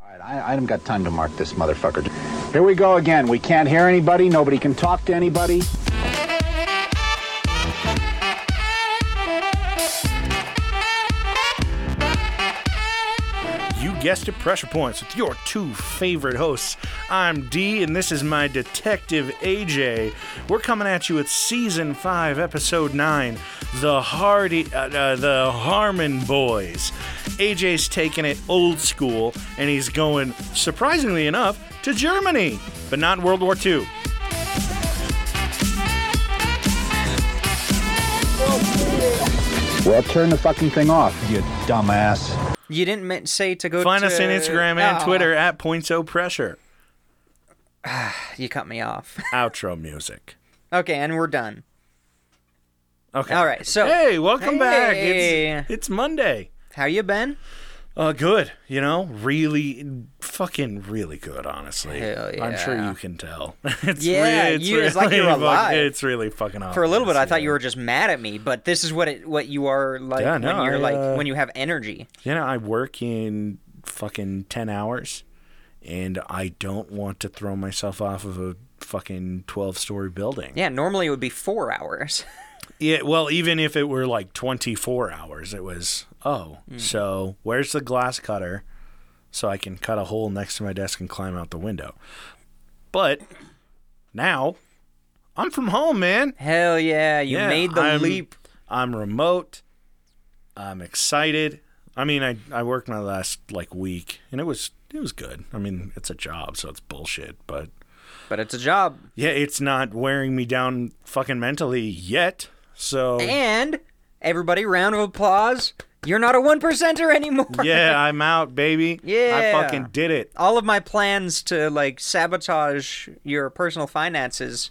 All right, I, I haven't got time to mark this motherfucker. Here we go again. We can't hear anybody. Nobody can talk to anybody. You guessed it, Pressure Points with your two favorite hosts. I'm D, and this is my detective AJ. We're coming at you with season five, episode nine, the Hardy, uh, uh, the Harmon Boys. AJ's taking it old school, and he's going, surprisingly enough, to Germany, but not World War II. Well, turn the fucking thing off, you dumbass. You didn't men- say to go Find to... Oh, us on Instagram and Aw, Twitter at Points O Pressure. You cut me off. Outro music. okay, and we're done. Okay. All right, so- hey, welcome back. Hey. It's, it's Monday. How you been? Uh, good. You know, really, fucking, really good. Honestly, Hell I'm sure yeah. you can tell. It's Yeah, really, it's you- it's like really you're fuck- alive. it's really fucking. For a little bit, I thought you were just mad at me, but this is what it what you are like Yeah, no, when you're I, like uh, when you have energy. You know, I work in fucking ten hours, and I don't want to throw myself off of a fucking twelve-story building. Yeah, normally it would be four hours. Yeah, well, even if it were like 24 hours, it was, oh, Hmm. so where's the glass cutter so I can cut a hole next to my desk and climb out the window? But now I'm from home, man. Hell yeah, you Yeah, made the I'm- leap. I'm remote. I'm excited. I mean, I, I worked my last like week and it was it was good. I mean, it's a job, so it's bullshit, but But it's a job, yeah, it's not wearing me down fucking mentally yet. So and everybody, round of applause. You're not a one percenter anymore. yeah, I'm out, baby. Yeah. I fucking did it. all of my plans to like sabotage your personal finances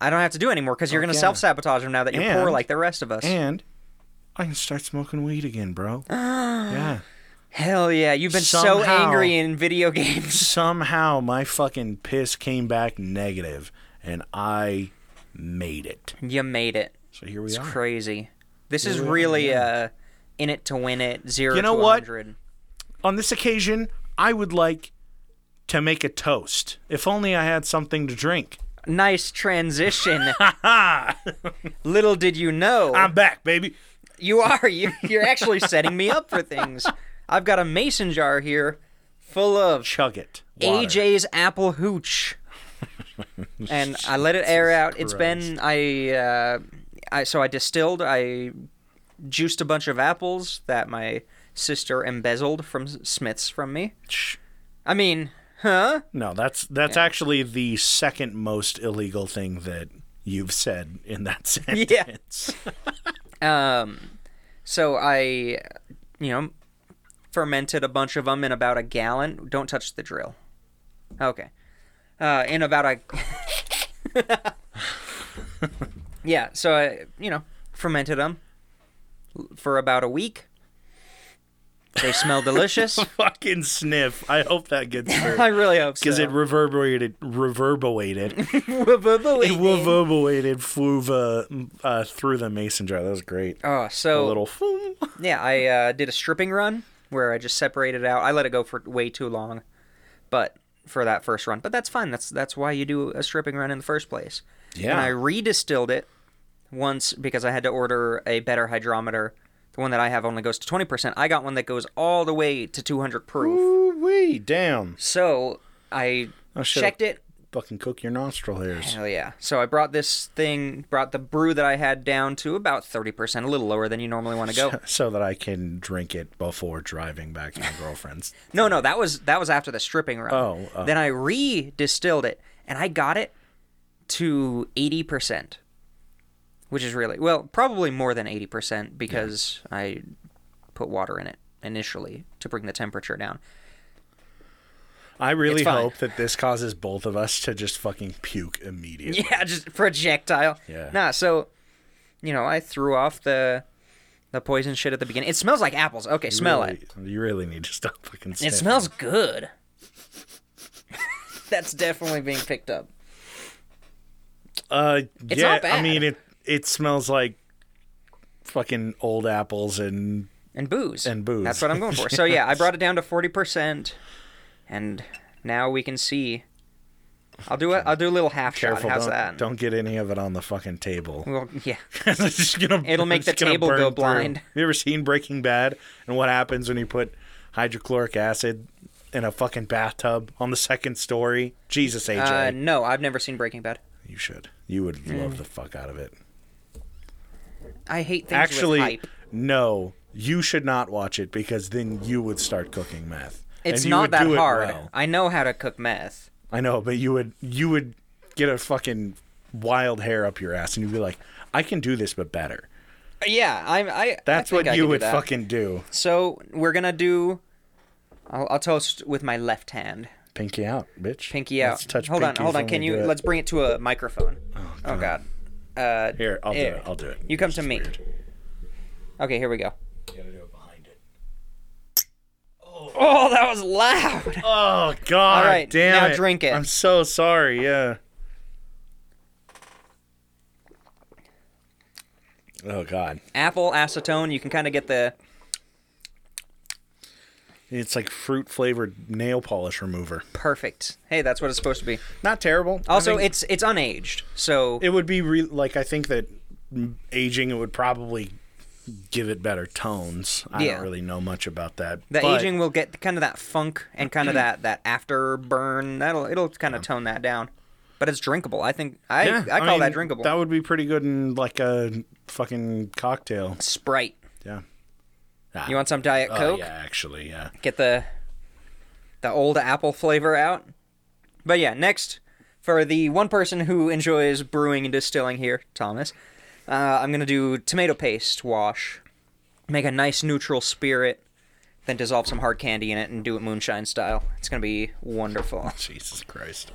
i don't have to do anymore because you're going to yeah. self-sabotage them now that you're poor And- like the rest of us And I can start smoking weed again, bro. Ah. yeah. hell yeah you've been so Somehow- angry in video games Somehow my fucking piss came back negative and I made it. you made it So here we it's are. crazy this is really uh in it to win it zero You know to what? 100 On this occasion, I would like to make a toast. If only I had something to drink. nice transition little did you know I'm back, baby. You are. You, you're actually setting me up for things. I've got a mason jar here full of Chug it. Water. AJ's apple hooch. and I let it air out. It's been I uh I so I distilled, I juiced a bunch of apples that my sister embezzled from S- Smith's from me. Shh. I mean, huh? No, that's that's actually the second most illegal thing that you've said in that sentence. Um so I you know fermented a bunch of them in about a gallon. Don't touch the drill. Okay. Uh in about a Yeah, so I, you know, fermented them for about a week. They smell delicious. Fucking sniff. I hope that gets through. I really hope so. because it reverberated, reverberated, it it reverberated, flew the, uh, through the mason jar. That was great. Oh, A so little foom. yeah, I uh, did a stripping run where I just separated out. I let it go for way too long, but for that first run. But that's fine. That's that's why you do a stripping run in the first place. Yeah. And I redistilled it once because I had to order a better hydrometer. The one that I have only goes to twenty percent. I got one that goes all the way to two hundred proof. Wee damn! So I Oh, shit. checked it. Fucking cook your nostril hairs. Hell yeah. So I brought this thing, brought the brew that I had down to about 30%, a little lower than you normally want to go. So that I can drink it before driving back to my girlfriend's. No, no, that was that was after the stripping run. Oh, oh. Then I re-distilled it and I got it to 80%, which is really well, probably more than 80% because I put water in it initially to bring the temperature down. I really It's fine. hope that this causes both of us to just fucking puke immediately. Yeah, just projectile. Yeah. Nah, so you know, I threw off the the poison shit at the beginning. It smells like apples. Okay, smell it. really, You really need to stop fucking. It Sniffing. smells good. That's definitely being picked up. Uh, It's yeah, not bad. I mean it. It smells like fucking old apples and And booze. And booze. That's what I'm going for. So yeah, I brought it down to forty percent. and now we can see. I'll do a, I'll do a little half Careful, shot. How's don't, that? don't get any of it on the fucking table. Well, yeah. It's just gonna- It'll it's make the gonna table burn go through. blind. You ever seen Breaking Bad and what happens when you put hydrochloric acid in a fucking bathtub on the second story? Jesus, AJ, Uh, hmm. no, I've never seen Breaking Bad. you should. You would love the fuck out of it. I hate things Actually, with hype. no, you should not watch it because then you would start cooking meth. It's And you not would that do it hard. well. I know how to cook meth. I know, but you would you would get a fucking wild hair up your ass, and you'd be like, "I can do this, but better." Yeah, I'm. I. That's I think what I you can do would that. fucking do. So we're gonna do. I'll, I'll toast with my left hand, Pinky out, bitch. pinky out. Let's touch hold on, pinkies hold on. when Can we you? do it. Let's bring it to a microphone. Oh God. Uh, Here, I'll Here. do it. I'll do it. You come This to is me. weird. okay, here we go. You gotta do it behind it. Oh, that was loud. Oh God! All right, damn now it. drink it. I'm so sorry. Yeah. Oh God! Apple acetone. You can kind of get the. It's like fruit flavored nail polish remover. Perfect. Hey, that's what it's supposed to be. Not terrible. I Also, think- it's it's unaged, so it would be re- like I think that mm, aging it would probably give it better tones. I Yeah. don't really know much about that. the but aging will get kind of that funk and kind of that that afterburn. That'll it'll kind of tone that down, but it's drinkable. I think I yeah, I call mean, that drinkable. That would be pretty good in like a fucking cocktail. Sprite. Yeah. Ah, You want some Diet oh, Coke? yeah, actually, yeah. Get the the old apple flavor out. But yeah, next for the one person who enjoys brewing and distilling here, Thomas, uh, I'm gonna do tomato paste wash, make a nice neutral spirit, then dissolve some hard candy in it and do it moonshine style. It's gonna be wonderful. Jesus Christ.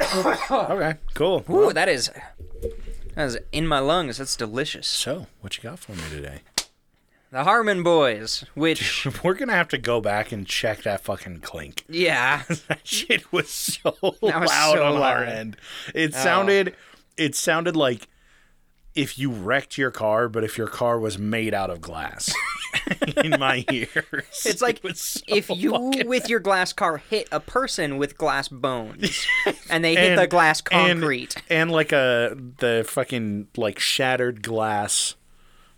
okay, cool. Ooh, that is that is in my lungs. That's delicious. So, what you got for me today? The Harmon Boys, which We're gonna have to go back and check that fucking clink. yeah, That shit was so was loud so on our loud. Oh. end. It sounded, it sounded like if you wrecked your car, but if your car was made out of glass. in my ears, It's like It was so if you fucking- with your glass car hit a person with glass bones and they hit the glass and- concrete. and, like a the fucking like shattered glass.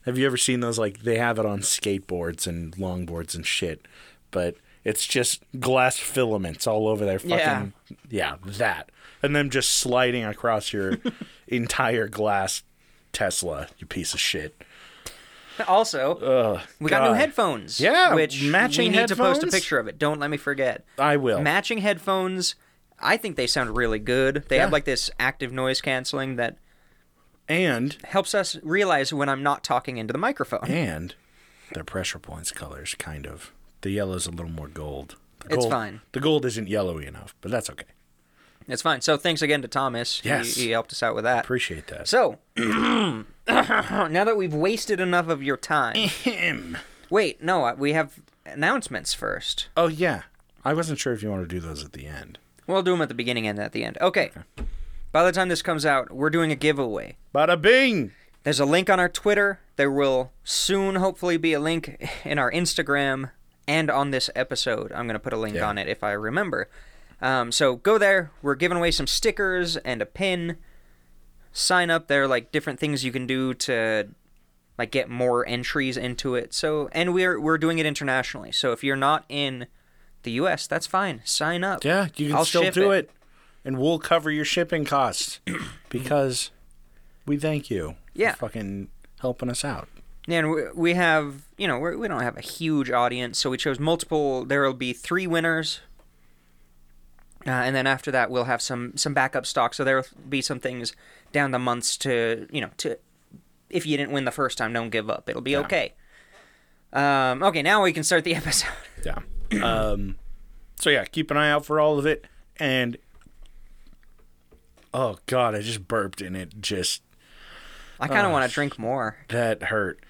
Have you ever seen those? Like they have it on skateboards and longboards and shit, but it's just glass filaments all over their fucking yeah, that, and them just sliding across your entire glass Tesla. You piece of shit. also, we got new God. headphones. Yeah, which matching we need to post headphones? Oh. a picture of it. Don't let me forget. I will. Matching headphones. I think they sound really good. They have Yeah. like this active noise canceling that and helps us realize when I'm not talking into the microphone. and their pressure points colors kind of the yellow's a little more gold. The It's gold- fine. The gold isn't yellowy enough, but that's okay. It's fine. So thanks again to Thomas. He- Yes. He, helped us out with that. Appreciate that. So, now that we've wasted enough of your time, wait, no, I- we have announcements first. Oh yeah, I wasn't sure if you wanted to do those at the end. We'll do them at the beginning and at the end. Okay. By the time this comes out, we're doing a giveaway. Bada bing! There's a link on our Twitter. There will soon, hopefully, be a link in our Instagram and on this episode. I'm going to put a link Yeah. on it if I remember. Um, so go there. We're giving away some stickers and a pin. Sign up. There are like different things you can do to like get more entries into it. So and we're we're doing it internationally. So if you're not in the U.S., that's fine. Sign up. Yeah, you can I'll still ship do it. and we'll cover your shipping costs because we thank you. Yeah. for fucking helping us out. And we, we have, you know, we're, we don't have a huge audience, so we chose multiple. There will be three winners, uh, and then after that, we'll have some some backup stock. So there will be some things down the months to, you know, to if you didn't win the first time, don't give up. It'll be okay. Um, okay, now we can start the episode. Yeah. um. So yeah, keep an eye out for all of it. And oh god, I just burped and it just I Oh, kind of want to drink more. that hurt.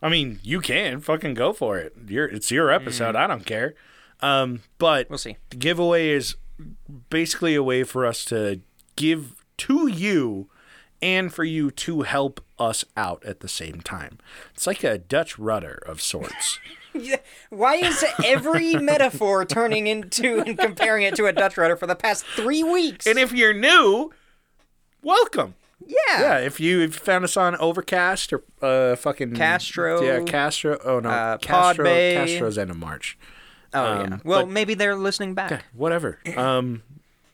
I mean, you can fucking go for it. Your it's your episode. I don't care. Um, but We'll see. The giveaway is basically a way for us to give to you and for you to help us out at the same time. It's like a Dutch rudder of sorts. Why is every metaphor turning into and comparing it to a Dutch rudder for the past three weeks? And if you're new, welcome. yeah. Yeah, if you, if you found us on Overcast or uh, fucking Castro. yeah, Castro. Oh no, Uh, Castro. Podbay. Castro's end of March. Oh yeah. Um, Well, but- maybe they're listening back. Whatever. Um,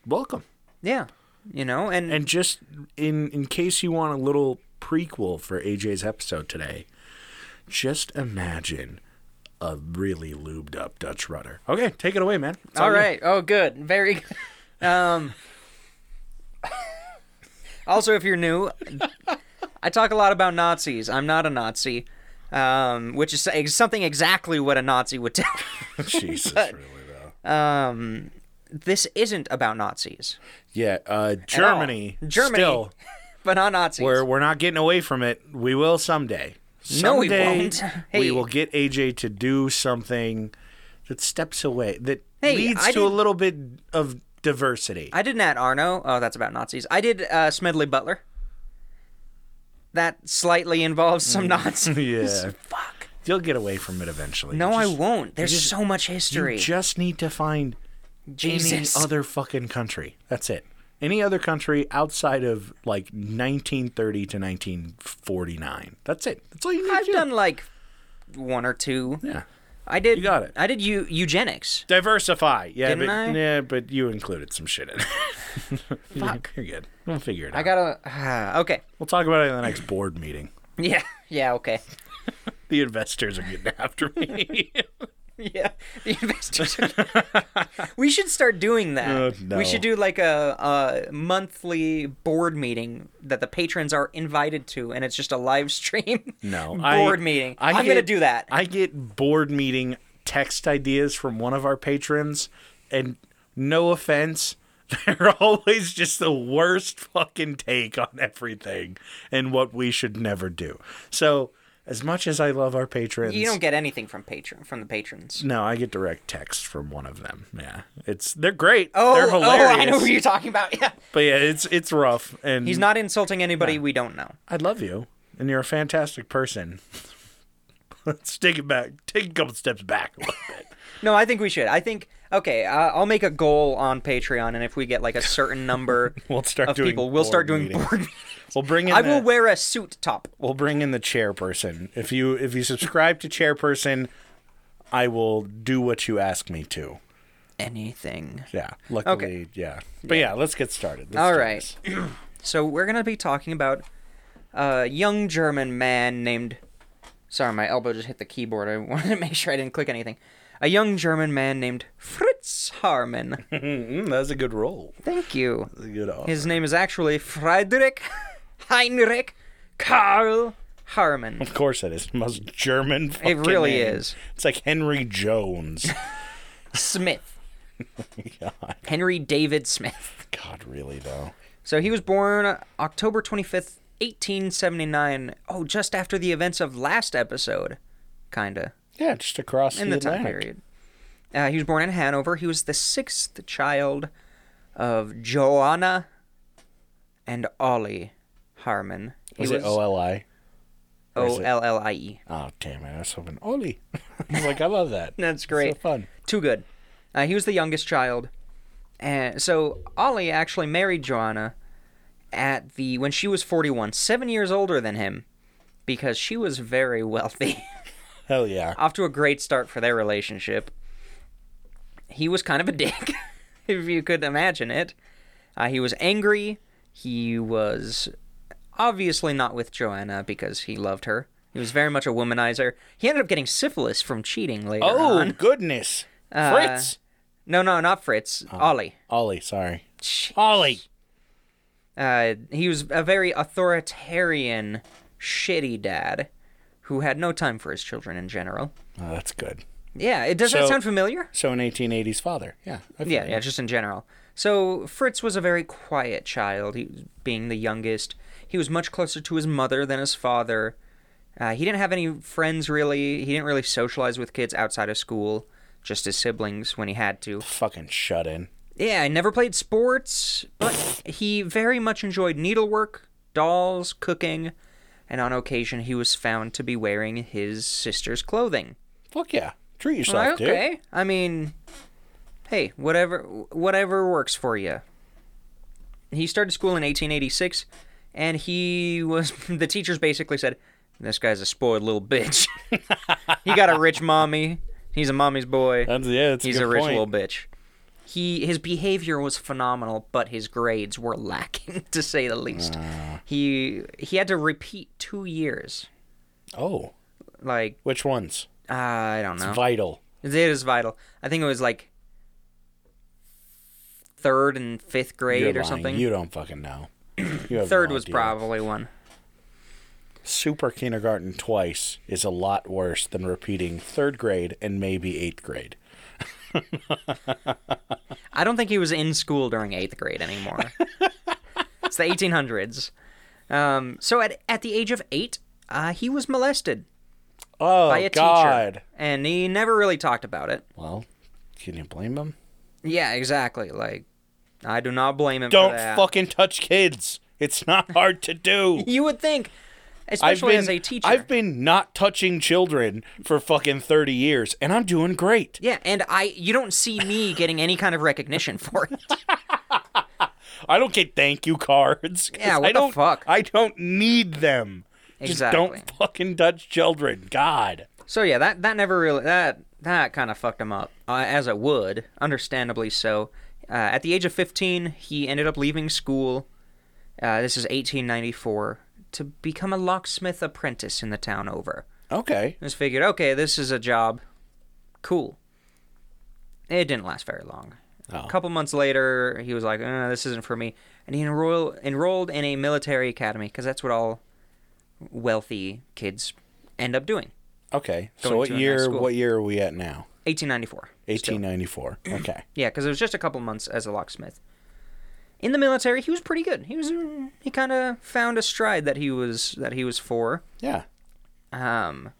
welcome. Yeah. You know, and, And just in in case you want a little prequel for AJ's episode today, just imagine a really lubed up Dutch rudder. Okay, take it away, man. It's all you. right. Oh, good. Very. good. um. also, if you're new, I talk a lot about Nazis. I'm not a Nazi, um, which is something exactly what a Nazi would tell. Jesus, really though. Um, this isn't about Nazis, Yeah, uh, Germany. Germany. Still, but not Nazis. we're we're not getting away from it. We will someday. No, we Someday won't. We Hey. will get AJ to do something that steps away that Hey, leads I to a did- little bit of diversity. I did Nat Arno. Oh, that's about Nazis. I did uh, Smedley Butler. That slightly involves some Nazis. Mm. yeah, Fuck. you'll get away from it eventually. No, I Just- won't. There's just- so much history. You just need to find Jesus. any other fucking country. That's it. Any other country outside of like 1930 to 1949. That's it. That's all you need to I've do. done like one or two. Yeah. I did. You got it. I did eu- eugenics. Diversify. Yeah, Didn't but I? yeah, but you included some shit in it. Fuck. You're good. We'll figure it out. I gotta. ah, okay. we'll talk about it in the next board meeting. Yeah. Yeah. Okay. The investors are getting after me. Yeah. The investors. we should start doing that. Uh, no. We should do like a, a monthly board meeting that the patrons are invited to, and it's just a live stream. No. board meeting. I'm gonna get- do that. I get board meeting text ideas from one of our patrons, and no offense, they're always just the worst fucking take on everything and what we should never do. So, as much as I love our patrons, you don't get anything from patron from the patrons. no, I get direct text from one of them. Yeah, it's they're great. Oh, they're oh, hilarious. I know who you're talking about. Yeah. But yeah, it's it's rough. And He's not insulting anybody we don't know. I love you, and you're a fantastic person. Let's take it back. Take a couple steps back a little bit. No, I think we should. I think okay. Uh, I'll make a goal on Patreon, and if we get like a certain number We'll start of doing people, we'll board start doing meetings. board. meetings. We'll bring in. I the, will wear a suit top. We'll bring in the chairperson. If you if you subscribe to chairperson, I will do what you ask me to. Anything. Yeah. Luckily, yeah. But yeah, let's get started. Let's All do right. this. So we're gonna be talking about a young German man named. Sorry, my elbow just hit the keyboard. I wanted to make sure I didn't click anything. A young German man named Fritz Harman. Mm, that was a good roll. Thank you. That was a good off. His name is actually Friedrich Heinrich Karl Harman. of course, it is the most German. It fucking really name. is. It's like Henry Jones. Smith. Henry David Smith. God, really though. So he was born October 25th, 1879. Oh, just after the events of last episode, kinda Yeah, just across in the, the time Atlantic. period. Uh, he was born in Hanover. He was the sixth child of Joanna and Ollie Harmon. He Was it O L E? I? or is O it- L L I E. Oh damn it! I was hoping Oli. I was like, I love that. That's It's great. So fun. Too good. Uh, he was the youngest child, and so Ollie actually married Joanna at the when she was 41, seven years older than him, because she was very wealthy. Hell yeah. Off to a great start for their relationship. He was kind of a dick, if you could imagine it. Uh, he was angry. He was obviously not with Joanna because he loved her. He was very much a womanizer. He ended up getting syphilis from cheating later Oh on. goodness, Uh, Fritz. No, no, not Fritz. Ollie. Ollie, sorry. Shh. Ollie. Uh, he was a very authoritarian, shitty dad who had no time for his children in general. Oh, that's good. Yeah, it does that So- sound familiar? So an 1880s father. Yeah. I feel Yeah, you. yeah, just in general. So Fritz was a very quiet child, he, being the youngest. He was much closer to his mother than his father. Uh, he didn't have any friends really. He didn't really socialize with kids outside of school, just his siblings when he had to. Fucking shut in. Yeah, I never played sports, but he very much enjoyed needlework, dolls, cooking, and on occasion he was found to be wearing his sister's clothing. Fuck yeah. Treat yourself, Like, dude. okay. I mean, hey, whatever whatever works for you. He started school in 1886, and he was the teachers basically said, "This guy's a spoiled little bitch. he got a rich mommy. He's a mommy's boy. That's, yeah, that's He's a, a good rich point. little bitch." He his behavior was phenomenal, but his grades were lacking to say the least. He he had to repeat two years. Oh, Like uh, which ones? I don't know. Vital. It is vital. I think it was like third and fifth grade You're or lying. something. You don't fucking know. You have third no was idea. probably one. Super kindergarten twice is a lot worse than repeating third grade and maybe eighth grade. I don't think he was in school during eighth grade anymore. it's the 1800s. Um, so at at the age of eight, uh, he was molested Oh by a God. teacher, and he never really talked about it. Well, can you blame him? Yeah, exactly. Like, I do not blame him. for Don't that. fucking touch kids. It's not hard to do. You would think, I've especially been, as a teacher. I've been not touching children for fucking 30 years, and I'm doing great. yeah, and I you don't see me getting any kind of recognition for it. I don't get thank you cards. 'cause Yeah, what I the don't, fuck? I don't need them. Just Exactly. don't fucking touch children. God. So yeah, that that never really that that kind of fucked him up, uh, as it would, understandably so. Uh, at the age of 15, he ended up leaving school. Uh, this is 1894 to become a locksmith apprentice in the town over. Okay. Just figured, okay, this is a job, cool. It didn't last very long. Oh. A couple months later, he was like, uh, "This isn't for me," and he enroll enrolled in a military academy because that's what all wealthy kids end up doing. Okay. so Going what to a nice year? school. what year are we at now? 1894. 1894. Okay. Yeah, because it was just a couple months as a locksmith. In the military, he was pretty good. He was mm, he kind of found a stride that he was that he was for. Yeah. Um,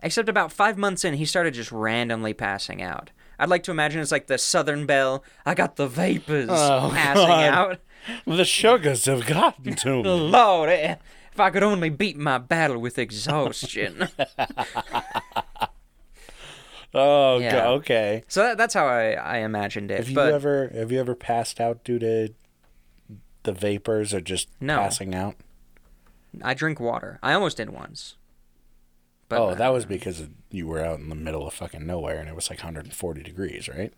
except about five months in, he started just randomly passing out. I'd like to imagine it's like the Southern Belle. I got the vapors Oh, passing God. out. The sugars have gotten to me. Lord, eh, if I could only beat my battle with exhaustion. Oh, Yeah. God. okay. so that, that's how I, I imagined it. Have you but ever have you ever passed out due to the vapors or just No. passing out? I drink water. I almost did once. But Oh, that was because you were out in the middle of fucking nowhere and it was like 140 degrees, right?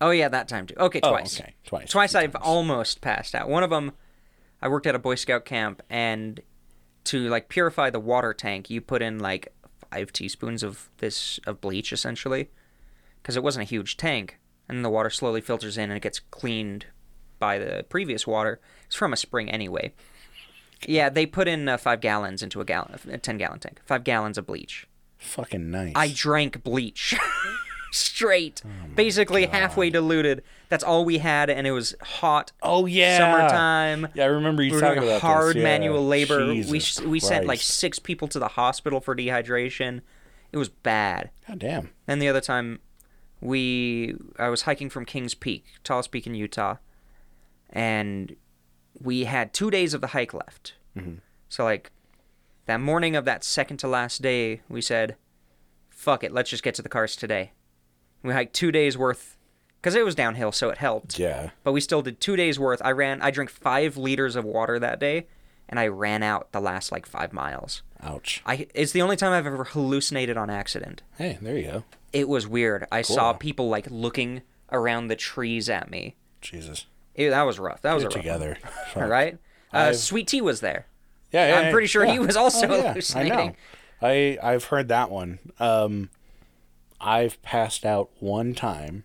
Oh yeah, that time too. Okay, Oh, twice. okay, twice, Twice two I've almost passed out. One of them, I worked at a Boy Scout camp, and to like purify the water tank, you put in like five teaspoons of this of bleach essentially, because it wasn't a huge tank, and the water slowly filters in and it gets cleaned by the previous water. It's from a spring anyway. Yeah, they put in uh, five gallons into a gallon, a ten gallon tank. Five gallons of bleach. Fucking nice. I drank bleach straight, basically halfway diluted. That's all we had, and it was hot. Oh yeah, summertime. Yeah, I remember you we were talking doing about this, hard yeah. manual labor. we Jesus s- we sent like Christ. six people to the hospital for dehydration. It was bad. God damn. And the other time, we I was hiking from Kings Peak, tallest peak in Utah, and we had two days of the hike left. Mm-hmm. So like that morning of that second to last day, we said, "Fuck it, let's just get to the cars today." We hiked two days worth, because it was downhill, so it helped. Yeah. But we still did two days worth. I ran. I drank five liters of water that day, and I ran out the last like five miles. Ouch. I it's the only time I've ever hallucinated on accident Hey, there you go. it was weird. I saw people like looking around the trees at me. Jesus. Ew, that was rough. That was We're a rough one, together. Fuck. right? Uh, I've- Sweet Tea was there. Yeah, yeah, I'm yeah, pretty sure he yeah. was also Oh, yeah, hallucinating. I know. I I've heard that one. Um, I've passed out one time,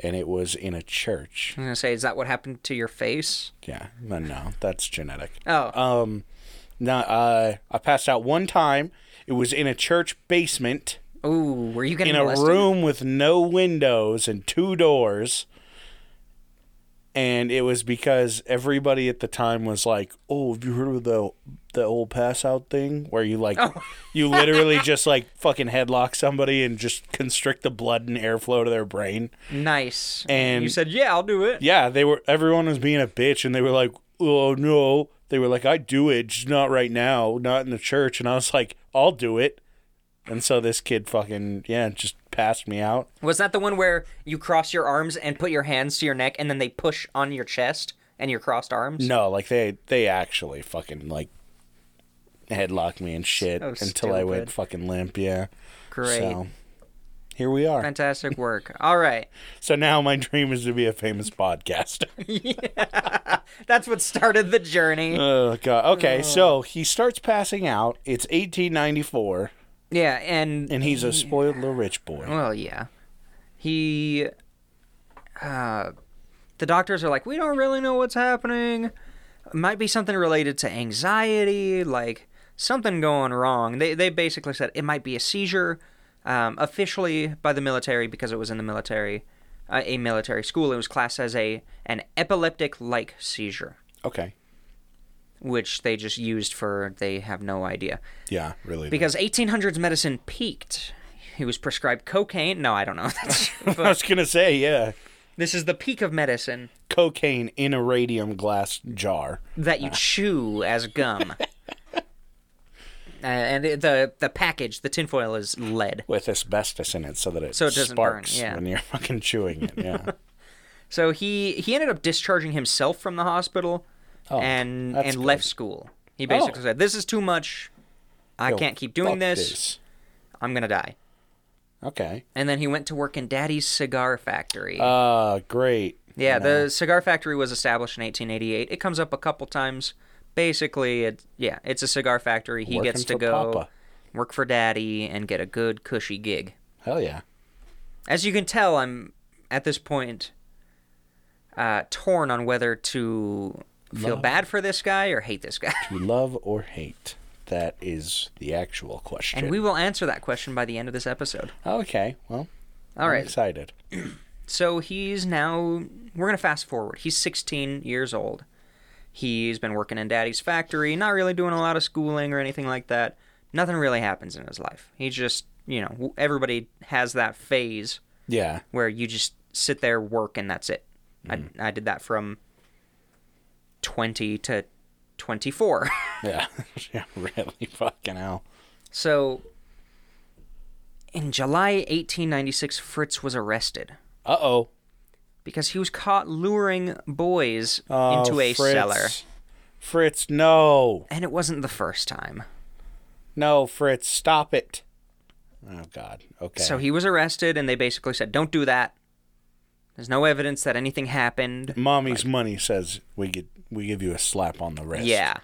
and it was in a church. I'm gonna say, is that what happened to your face? Yeah, no, no, that's genetic. Oh, Um, no, uh, I passed out one time. It was in a church basement. ooh, were you getting in a molested? room with no windows and two doors. And it was because everybody at the time was like, "Oh, have you heard of the the old pass out thing where you like you literally just like fucking headlock somebody and just constrict the blood and airflow to their brain?" Nice. And- you said, yeah, I'll do it. Yeah, they were everyone was being a bitch and they were like, "Oh no." They were like, "I do it, just not right now, not in the church." And I was like, "I'll do it." And so this kid fucking yeah just passed me out. Was that the one where you cross your arms and put your hands to your neck and then they push on your chest and your crossed arms? No, like they they actually fucking like headlocked me and shit So until I went stupid. fucking limp. Yeah. Great. So here we are. Fantastic work. All right. so now my dream is to be a famous podcaster. That's what started the journey. oh god. Okay, so he starts passing out. It's 1894, yeah, and, and he's a spoiled little rich boy. well, yeah. He uh the doctors are like, "We don't really know what's happening. Might be something related to anxiety, like something going wrong." They they basically said it might be a seizure um, officially by the military because it was in the military. Uh, a military school. It was classed as a an epileptic-like seizure, Okay. which they just used for they have no idea. Yeah, really. Because 1800s medicine peaked. He was prescribed cocaine. No, I don't know. That's- I but was gonna say yeah, this is the peak of medicine cocaine in a radium glass jar. that you chew as gum. Uh, and it- the the package, the tinfoil is lead. with asbestos in it so that it, So it doesn't burn, sparks yeah. when you're fucking chewing it. Yeah. So he he ended up discharging himself from the hospital and Oh, that's and good. left school. He basically Oh. said, "This is too much. I Yo, can't keep doing fuck this. I'm gonna die." Okay. And then he went to work in Daddy's cigar factory. Uh great. Yeah, the cigar factory was established in 1888. It comes up a couple times. Basically, it yeah, it's a cigar factory. He Working gets to for go Papa. work for Daddy and get a good cushy gig. Hell yeah. As you can tell, I'm at this point uh, torn on whether to feel bad for this guy or hate this guy. You love or hate? That is the actual question. And we will answer that question by the end of this episode. okay. Well, All I'm right. excited. So he's now, we're going to fast forward. He's 16 years old. He's been working in daddy's factory, not really doing a lot of schooling or anything like that. Nothing really happens in his life. He just, you know, everybody has that phase Yeah. where you just sit there, work, and that's it. I, I did that from 20 to 24. Yeah. yeah. Really fucking hell. so in July 1896, Fritz was arrested. Uh oh. because he was caught luring boys into a Oh, Uh, Fritz. cellar. Fritz, no. And it wasn't the first time. No, Fritz, stop it. Oh God. Okay. So he was arrested, and they basically said, Don't do that. There's no evidence that anything happened. Mommy's money says we get we give you a slap on the wrist. Yeah.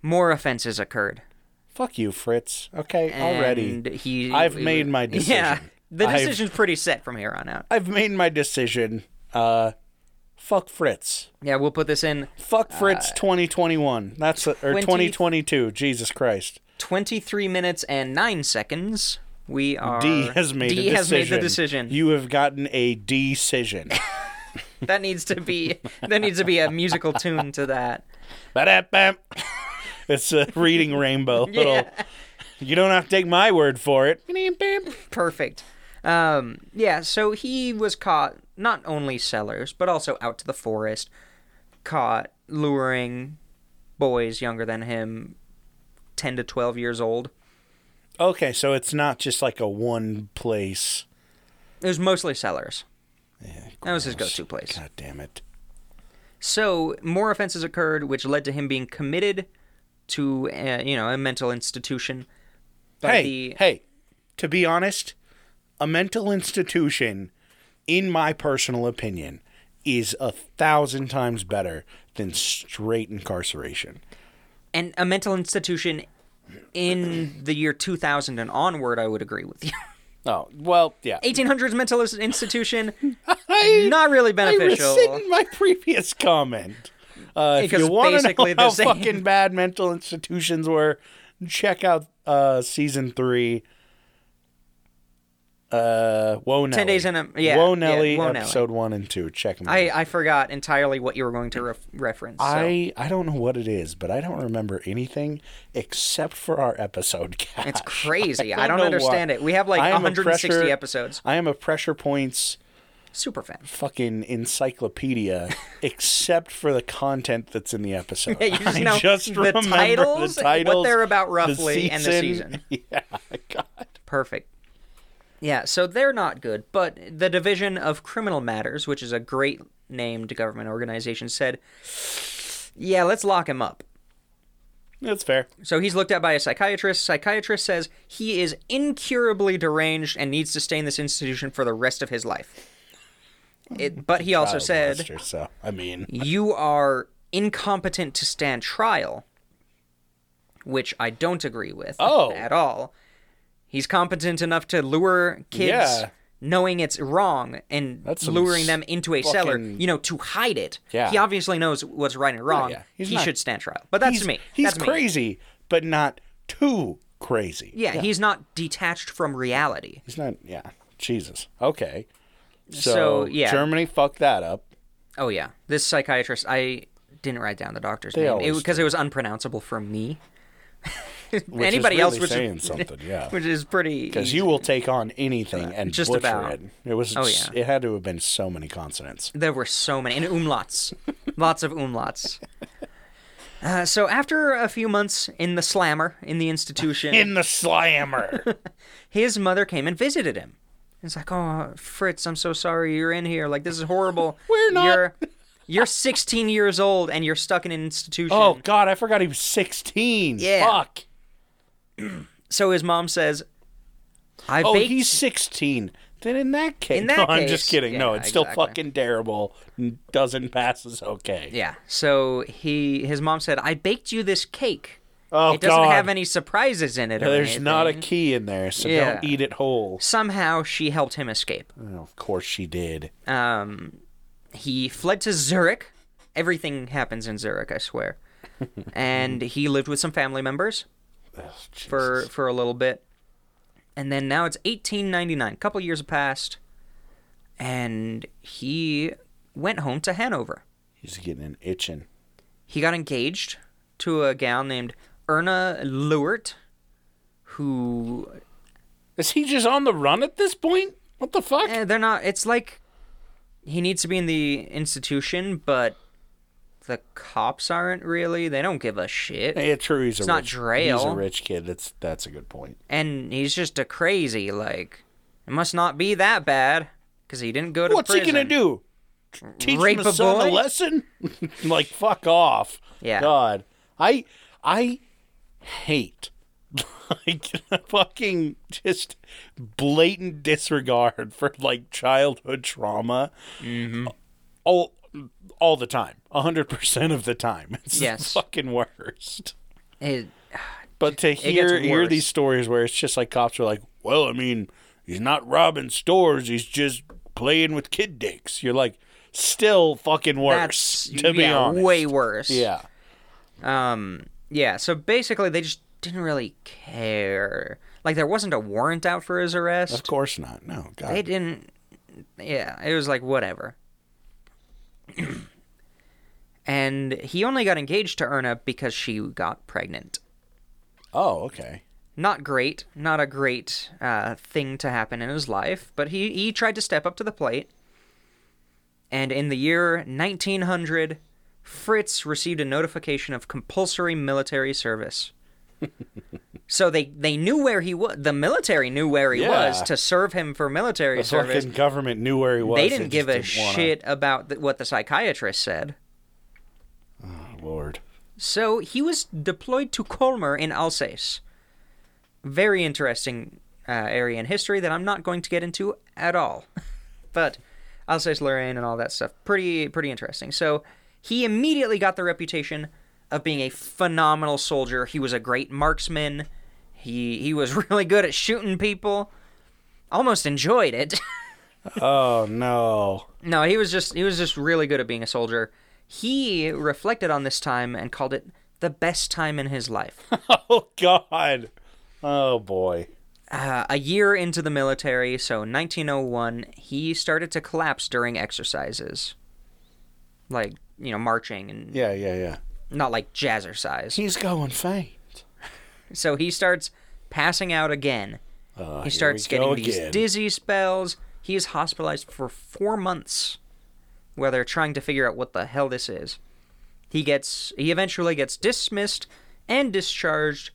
More offenses occurred. Fuck you, Fritz. Okay, already. And he, I've made my Yeah. decision. The I've- decision's pretty set from here on out. I've made my decision. Uh, fuck Fritz. Yeah, we'll put this in Fuck Fritz. 2021. That's a, or 20 2022. Jesus Christ. 23 minutes and 9 seconds. We are. D has made D a decision. has made the decision. You have gotten a decision. That needs to be. That needs to be a musical tune to that. Ba-da-bam. it's a reading rainbow. Little. You don't have to take my word for it. Perfect. Um, yeah, so he was caught not only cellars, but also out to the forest, caught luring boys younger than him, 10 to 12 years old. Okay, so it's not just like a one place. It was mostly cellars. Yeah, That was his gross. go-to place. God damn it. So more offenses occurred, which led to him being committed to, uh, you know, a mental institution. by hey, the- hey, to be honest, a mental institution, in my personal opinion, is a thousand times better than straight incarceration. and a mental institution in the year 2000 and onward, I would agree with you. Oh, well, yeah. 1800s mental institution, I, not really I beneficial. rescind my previous comment. Uh, if Because you want to basically know the how same. fucking bad mental institutions were, check out uh, season three. Uh, Whoa Nelly. Days in a- yeah, Whoa yeah, Nelly, Whoa Nelly. episode one and two. Check them out. I, I forgot entirely what you were going to ref- reference. So. I, I don't know what it is, but I don't remember anything except for our episode count. it's crazy. I don't, understand it. We have like I am a 160 pressure- episodes. I am a pressure points Super fan. fucking encyclopedia except for the content that's in the episode. Yeah, you just I know just the remember titles, the what titles, they're about the roughly, and the season. Yeah, God. Perfect. Yeah, so they're not good, but the Division of Criminal Matters, which is a great named government organization, said, yeah, let's lock him up. That's fair. So he's looked at by a psychiatrist. Psychiatrist says he is incurably deranged and needs to stay in this institution for the rest of his life. It, but he also Child said, molester, so I mean, You are incompetent to stand trial, which I don't agree with Oh. at all. He's competent enough to lure kids Yeah. knowing it's wrong and That's some luring them into a cellar, fucking- you know, to hide it. Yeah. He obviously knows what's right and wrong. yeah. He's He not- should stand trial. But that's he's, me. He's That's me. crazy, but not too crazy. Yeah, he's not detached from reality. He's not. Yeah, Jesus. Okay. So, So, yeah. Germany fucked that up. Oh yeah, this psychiatrist. I didn't write down the doctor's They name always because it, was unpronounceable for me. Which Anybody is really else, which saying is, something, yeah. which is pretty. Because easy. you will take on anything and Just butcher about. it. It was. Oh, yeah. It had to have been so many consonants. There were so many, and umlauts, lots of umlauts. Uh, so after a few months in the slammer in the institution, In the slammer. his mother came and visited him. It's like, oh, Fritz, I'm so sorry you're in here. Like this is horrible. We're not- You're, you're 16 years old and you're stuck in an institution. oh God, I forgot he was sixteen. Yeah. Fuck. So his mom says, I Oh, baked he's 16. Then in that case, In that no, I'm just case, kidding. no, yeah, it's still exactly. fucking terrible. N- Doesn't pass is okay. Yeah. So he his mom said, "I baked you this cake. Oh it doesn't God, have any surprises in it or there's not a anything." key in there, so Yeah. don't eat it whole. Somehow she helped him escape. Oh, of course she did. Um, he fled to Zurich. Everything happens in Zurich, I swear. and he lived with some family members for for a little bit. And then now it's 1899. A couple years have passed, and he went home to Hanover. He's getting an itching. he got engaged to a gal named Erna Lewert, who Is he just on the run at this point? What the fuck? eh, they're not. It's like he needs to be in the institution, but the cops aren't really. They don't give a shit, yeah, true. He's a not rich, He's a Drayle. rich kid. That's that's a good point. and he's just a crazy. Like it must not be that bad because he didn't go to What's he prison. gonna do? Teach Rape my a son a boy? lesson? like fuck off. Yeah. God, I I hate like the fucking just blatant disregard for like childhood trauma. Mm-hmm. All all the time, hundred percent of the time. It's the Yes. fucking worst. It, But to gets hear hear worse. these stories where it's just like cops are like, well, I mean, he's not robbing stores, he's just playing with kid dicks. You're like, still fucking worse. that's to be yeah, honest, way worse. Yeah, Um, yeah, so basically they just didn't really care. Like there wasn't a warrant out for his arrest. of course not. No, God, They didn't. Yeah, it was like whatever. and he only got engaged to Erna because she got pregnant. Oh, okay. Not great, not a great uh, thing to happen in his life, but he, he tried to step up to the plate. And in the year 1900, Fritz received a notification of compulsory military service. so they, they knew where he was. The military knew where he was Yeah. to serve him for military The service fucking government knew where he was. they didn't give a just didn't wanna- shit about th- what the psychiatrist said. Lord, So he was deployed to Colmar in Alsace. Very interesting uh, area in history that I'm not going to get into at all. but Alsace Lorraine and all that stuff, pretty pretty interesting. So he immediately got the reputation of being a phenomenal soldier. He was a great marksman. He he was really good at shooting people. Almost enjoyed it. oh no, No, he was just he was just really good at being a soldier. He reflected on this time and called it the best time in his life. oh God, oh boy. uh, a year into the military, so 1901, he started to collapse during exercises, like you know marching and Yeah, yeah, yeah. not like jazzercise. He's going faint. So he starts passing out again. he starts Ah, we go getting these again. dizzy spells. He is hospitalized for four months where they're trying to figure out what the hell this is. He gets he eventually gets dismissed and discharged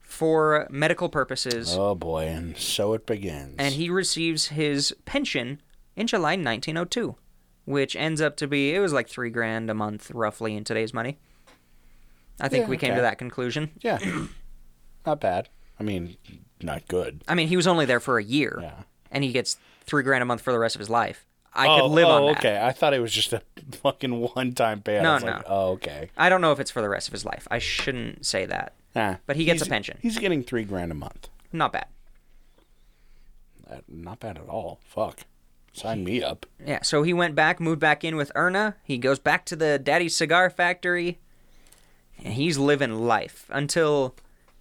for medical purposes Oh boy, and so it begins. and he receives his pension in July 1902, which ends up to be it was like three grand a month roughly in today's money. I think Yeah, we came okay. to that conclusion. yeah, not bad. I mean, not good. I mean, he was only there for a year, Yeah. and he gets three grand a month for the rest of his life. I oh, could live oh, on that. okay. I thought it was just a fucking one-time payout. No, I was no. Like, oh, okay. I don't know if it's for the rest of his life. I shouldn't say that. Nah, But he gets he's- a pension. He's getting three grand a month. Not bad. Uh, not bad at all. Fuck. Sign me up. Yeah, so he went back, moved back in with Erna. He goes back to the Daddy's Cigar Factory, and he's living life until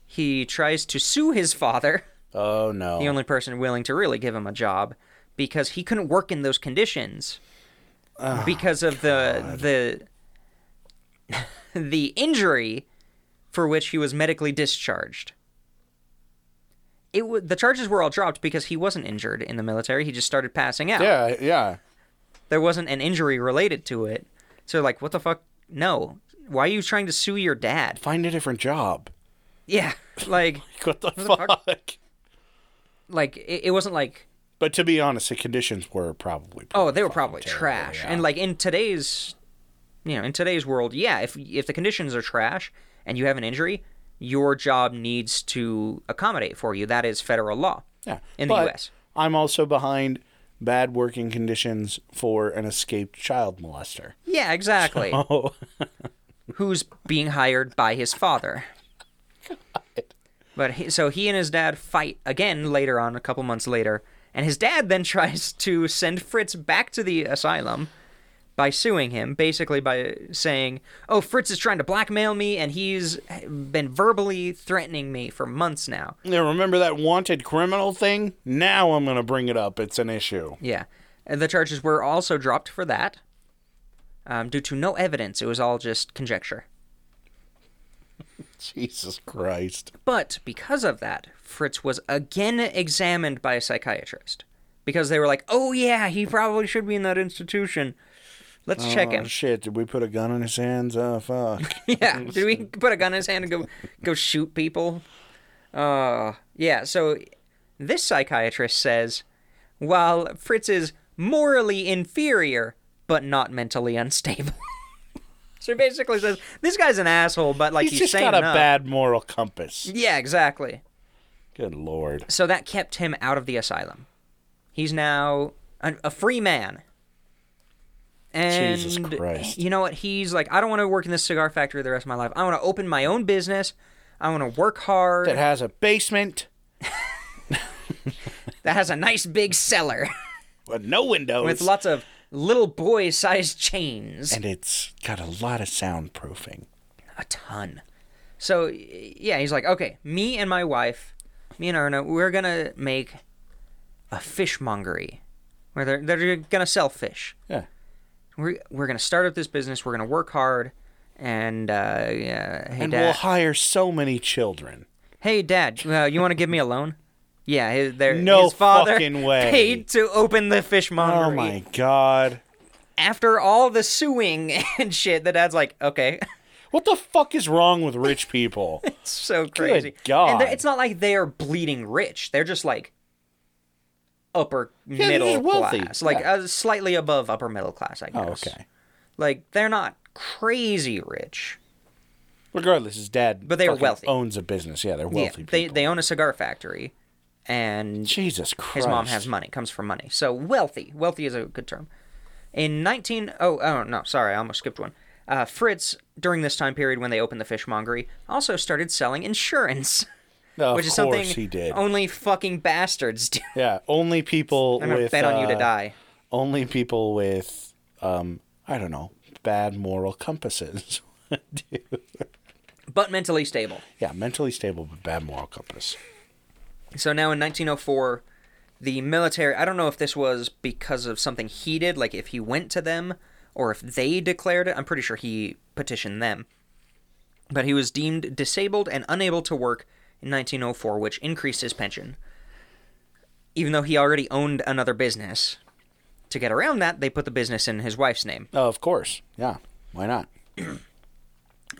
he tries to sue his father, Oh no. the only person willing to really give him a job, because he couldn't work in those conditions because of the the the injury for which he was medically discharged. It w- the charges were all dropped because he wasn't injured in the military. He just started passing out yeah, yeah. there wasn't an injury related to it. So like, what the fuck? No. Why are you trying to sue your dad? Find a different job. Yeah, like, What the, fuck? fuck? like it, it wasn't like But to be honest, the conditions were probably. oh they were fucking probably terrible, trash. yeah. And like in today's, you know, in today's world, yeah, if if the conditions are trash and you have an injury, your job needs to accommodate for you. That is federal law. yeah. in the But U.S. I'm also behind bad working conditions for an escaped child molester. Yeah, exactly. Oh. who's being hired by his father. But he, so he and his dad fight again later on, a couple months later, and his dad then tries to send Fritz back to the asylum by suing him, basically by saying, "Oh, Fritz is trying to blackmail me, and he's been verbally threatening me for months now." Now remember that wanted criminal thing? Now I'm gonna bring it up. It's an issue. Yeah, and the charges were also dropped for that, um, due to no evidence. It was all just conjecture. Jesus Christ. But because of that, Fritz was again examined by a psychiatrist because they were like, "Oh yeah, he probably should be in that institution. Let's check Oh, him." shit, did we put a gun in his hands? Oh fuck. yeah, did we put a gun in his hand and go go shoot people? Uh, yeah. So this psychiatrist says, while Fritz is morally inferior but not mentally unstable. so he basically says this guy's an asshole, but like He's he's, just sane got a enough. bad moral compass. Yeah, exactly. Good lord. So that kept him out of the asylum. He's now a, a free man. And Jesus Christ. you know what? He's like, I don't want to work in this cigar factory the rest of my life. I want to open my own business. I want to work hard. That has a basement, that has a nice big cellar but no windows. with lots of little boy-sized chains. and it's got a lot of soundproofing. a ton. So y- yeah, he's like, okay, me and my wife, me and Erna, we're gonna make a fishmongery where they're they're gonna sell fish. Yeah. We're we're gonna start up this business. We're gonna work hard, and uh, yeah, hey and dad, we'll hire so many children. hey dad, uh, you want to give me a loan? Yeah, his, their, No his father fucking way. paid to open the Oh fishmongery. my god. After all the suing and shit, the dad's like, okay. What the fuck is wrong with rich people? so crazy. And God. they're- it's not like they are bleeding rich. They're just like upper they're middle just wealthy, class, like yeah. uh, slightly above upper middle class, I oh, guess. okay. Like they're not crazy rich, Regardless, his dad But they are fucking wealthy. owns a business. Yeah, they're wealthy yeah. They people. they own a cigar factory, and Jesus Christ. his mom has money, comes from money. So wealthy, wealthy is a good term. In 19 oh, oh no, sorry, I almost skipped one. Uh, Fritz, during this time period when they opened the fishmongery, also started selling insurance. Of which is course something he did. only fucking bastards do. yeah, only people I'm gonna with bet on you to uh, die. Only people with um I don't know, bad moral compasses. do. But mentally stable. yeah, mentally stable but bad moral compass. So now in 1904, the military. I don't know if this was because of something he did, like if he went to them or if they declared it. I'm pretty sure he petitioned them. But he was deemed oh disabled and unable to work in 1904, which increased his pension. even though he already owned another business. To get around that, they put the business in his wife's name, Oh, of course. Yeah. Why not?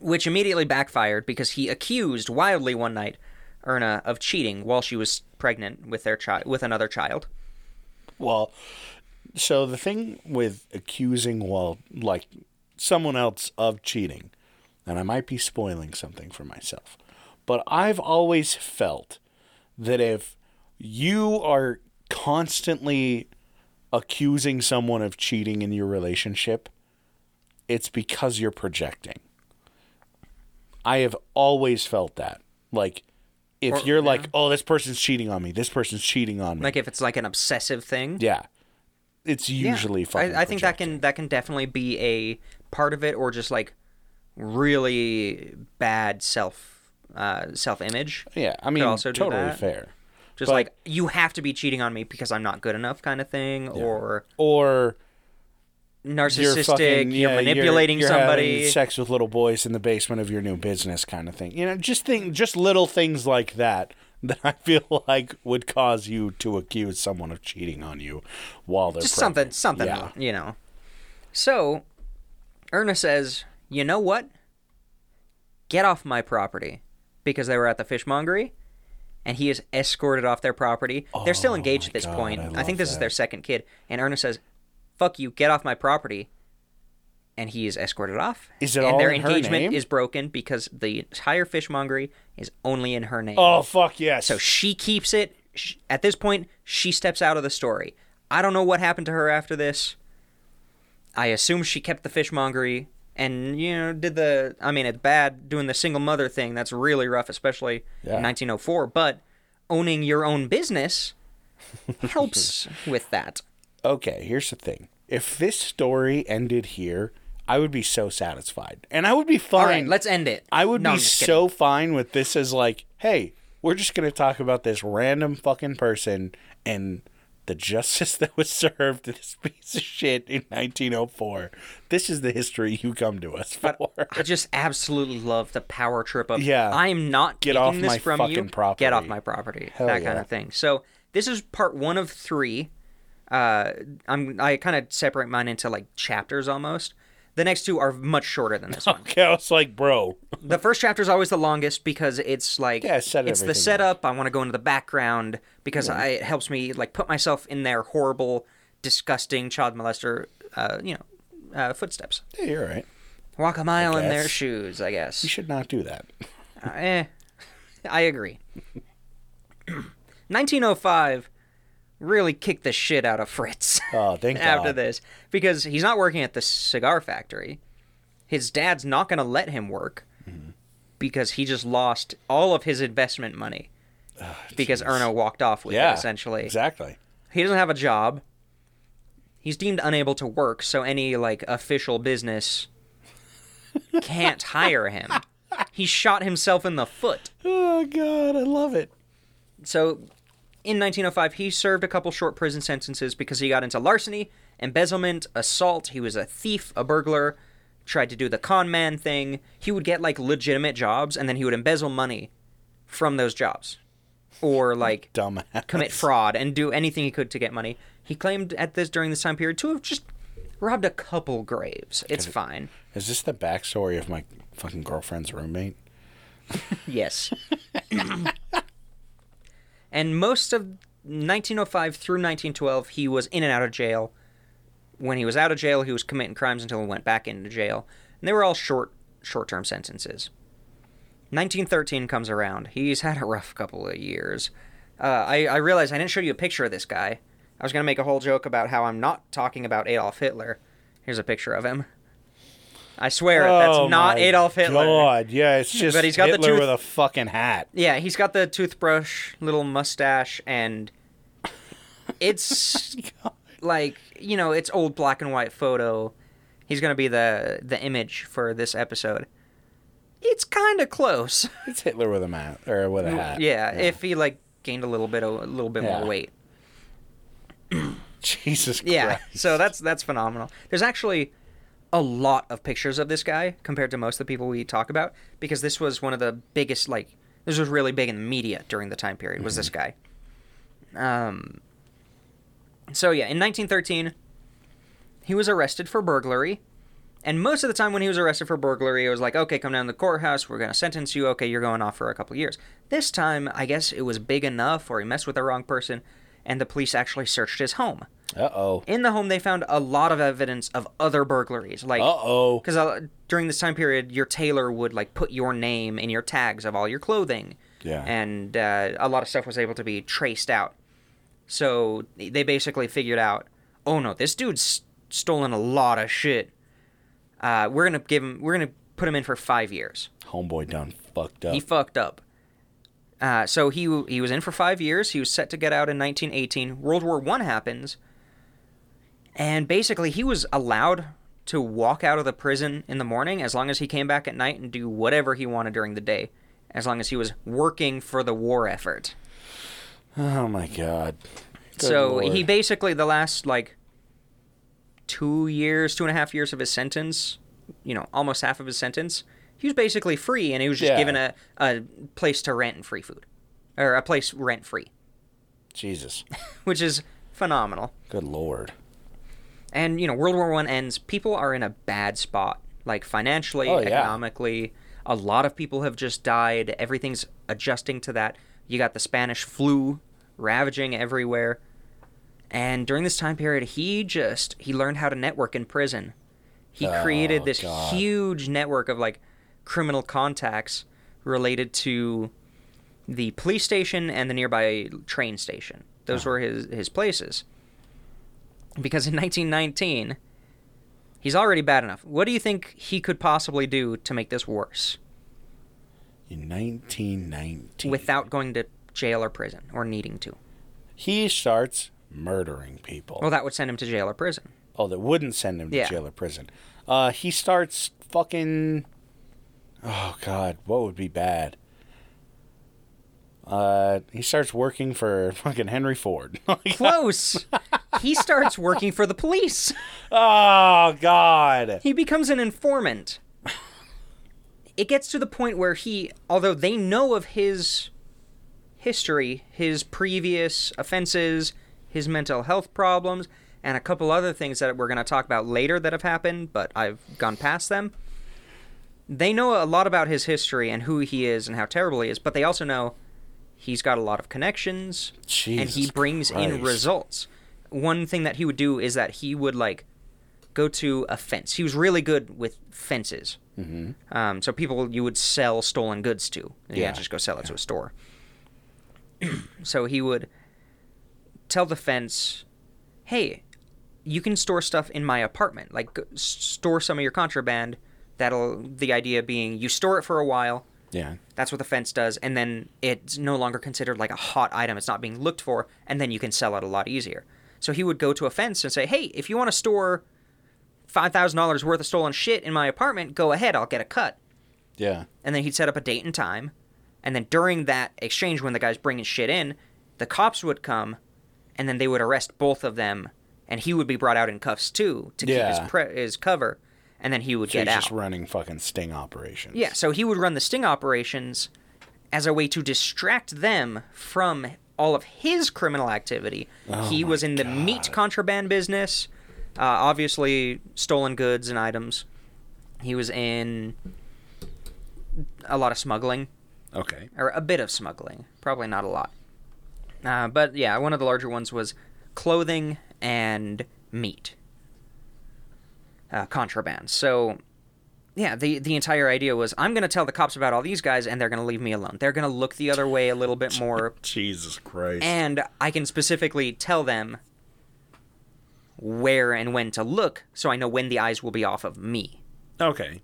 which immediately backfired because he accused wildly one night Erna of cheating while she was pregnant with their child with another child. Well, so the thing with accusing well like someone else of cheating, and I might be spoiling something for myself, but I've always felt that if you are constantly accusing someone of cheating in your relationship, it's because you're projecting. I have always felt that. Like if you're like, "Oh, this person's cheating on me. This person's cheating on me." Like if it's like an obsessive thing. Yeah. It's usually Yeah. fucking I, I think that projecting. can that can definitely be a part of it, or just like really bad self uh, self image. Yeah, I mean, also do totally that. fair. Just but- like you have to be cheating on me because I'm not good enough, kind of thing, or Or you're narcissistic. You're, fucking yeah, manipulating you're, you're somebody. having sex with little boys in the basement of your new business, kind of thing. You know, just think, just little things like that that I feel like would cause you to accuse someone of cheating on you while they're just pregnant. something, Yeah. something, you know. So, Erna says, "You know what? Get off my property," because they were at the fishmongery, and he is escorted off their property. They're still engaged at this Oh God, point. I I, love think this is that. their second kid, and Erna says, "Fuck you! Get off my property." And he is escorted off. Is it and all their in her engagement name? is broken because the entire fishmongery is only in her name. Oh fuck yes! So she keeps it. Sh at this point, she steps out of the story. I don't know what happened to her after this. I assume she kept the fishmongery and, you know, did the. I mean, it's bad doing the single mother thing. That's really rough, especially Yeah. in 1904. But owning your own business helps with that. okay, here's the thing: if this story ended here, I would be so satisfied, and I would be fine. All right, let's end it. I would No, I'm be just kidding. so fine with this as like, hey, we're just gonna talk about this random fucking person and the justice that was served to this piece of shit in 1904. This is the history you come to us for. I just absolutely love the power trip of Yeah. I'm not Get taking off this my from you. fucking property. Get off my property. Hell that kind yeah. of thing. So this is part one of three. Uh, I'm I kind of separate mine into like chapters almost. The next two are much shorter than this one. okay, I was like, bro, The first chapter is always the longest because it's like Yeah, set it's the everything setup. I want to go into the background because I, it helps me like put myself in their horrible, disgusting child molester, uh, you know, uh, footsteps. yeah, you're right. Walk a mile in their guess. shoes, I guess. You should not do that. Uh, eh, I agree. 1905 really kicked the shit out of Fritz Oh, thank after God. this because he's not working at the cigar factory. His dad's not going to let him work Mm-hmm. because he just lost all of his investment money because Erno walked off with Yeah, it essentially. exactly. He doesn't have a job. He's deemed unable to work, so any like official business can't hire him. He shot himself in the foot. Oh God, I love it. So in 1905, he served a couple short prison sentences because he got into larceny, embezzlement, assault. He was a thief, a burglar, tried to do the con man thing. He would get like legitimate jobs and then he would embezzle money from those jobs or like Dumbass. commit fraud and do anything he could to get money. He claimed at this during this time period to have just robbed a couple graves. It's fine. Is this the backstory of my fucking girlfriend's roommate? Yes. and most of 1905 through 1912, he was in and out of jail. When he was out of jail, he was committing crimes until he went back into jail, and they were all short, short-term sentences. 1913 comes around. He's had a rough couple of years. Uh, I, I realized I didn't show you a picture of this guy. I was gonna make a whole joke about how I'm not talking about Adolf Hitler. Here's a picture of him. I swear Oh, that's not my Adolf Hitler. God, yeah, it's just But he's got the Hitler tooth- with a fucking hat. Yeah, he's got the toothbrush, little mustache, and it's like you know, it's old black and white photo. He's gonna be the the image for this episode. It's kind of close. It's Hitler with a mat or with a Yeah, hat. if he like gained a little bit of, a little bit Yeah. more weight. Jesus Christ. Yeah, so that's that's phenomenal. There's actually a lot of pictures of this guy compared to most of the people we talk about because this was one of the Mm-hmm. biggest like this was really big in the media during the time period was this guy. Um, So yeah, in 1913, he was arrested for burglary. And most of the time when he was arrested for burglary, it was like, okay, come down to the courthouse. We're going to sentence you. Okay, you're going off for a couple of years. This time, I guess it was big enough or he messed with the wrong person, and the police actually searched his home. Uh oh. In the home, they found a lot of evidence of other burglaries. Like, Uh oh. because uh, during this time period, your tailor would like put your name in your tags of all your clothing. Yeah. And uh, a lot of stuff was able to be traced out. So they basically figured out, oh no, this dude's stolen a lot of shit. Uh, we're gonna give him. We're gonna put him in for five years. Homeboy done fucked up. He fucked up. Uh, so he he was in for five years. He was set to get out in 1918. World War One happens, and basically he was allowed to walk out of the prison in the morning as long as he came back at night and do whatever he wanted during the day, as long as he was working for the war effort. oh my god. Good so lord. he basically the last like two years, two and a half years of his sentence, you know, almost half of his sentence, he was basically free, and he was just Yeah. given a a place to rent and free food, or a place rent free, Jesus. which is phenomenal. Good lord. And you know, World War One ends. People are in a bad spot, like financially, Oh, yeah. economically. A lot of people have just died. Everything's adjusting to that. You got the Spanish flu ravaging everywhere. And during this time period, he just he learned how to network in prison. He created this God. huge network of like criminal contacts related to the police station and the nearby train station. Those were his his places. Because in 1919, he's already bad enough. What do you think he could possibly do to make this worse In 1919. without going to jail or prison or needing to? he starts murdering people. Well, that would send him to jail or prison. oh, that wouldn't send him to Yeah. jail or prison. Uh, he starts fucking. Oh God, what would be bad? Uh, he starts working for fucking Henry Ford. Like, Close. he starts working for the police. oh God. He becomes an informant. It gets to the point where he, although they know of his history, his previous offenses, his mental health problems, and a couple other things that we're going to talk about later that have happened, but I've gone past them. They know a lot about his history and who he is and how terrible he is, but they also know he's got a lot of connections and he Jesus brings in Christ. results. One thing that he would do is that he would like go to a fence. He was really good with fences. Mm-hmm. Um, so people you would sell stolen goods to. You Yeah. can't just go sell it to a store. so he would tell the fence, "Hey, you can store stuff in my apartment. Like go- s- store some of your contraband." That'll the idea being you store it for a while. Yeah. That's what the fence does, and then it's no longer considered like a hot item. It's not being looked for, and then you can sell it a lot easier. So he would go to a fence and say, "Hey, if you want to store five thousand dollars worth of stolen shit in my apartment, go ahead. I'll get a cut." Yeah. And then he'd set up a date and time, and then during that exchange, when the guy's bringing shit in, the cops would come, and then they would arrest both of them, and he would be brought out in cuffs too to keep Yeah. his pre- his cover, and then he would So get he's out. just running fucking sting operations. Yeah, so he would run the sting operations as a way to distract them from all of his criminal activity. he was in the meat contraband business, uh, obviously stolen goods and items. He was in a lot of smuggling, Okay. or a bit of smuggling, probably not a lot. Uh, but yeah, one of the larger ones was clothing and meat uh, contraband. So, yeah, the the entire idea was I'm going to tell the cops about all these guys, and they're going to leave me alone. They're going to look the other way a little bit more, Jesus Christ. and I can specifically tell them where and when to look, so I know when the eyes will be off of me. okay.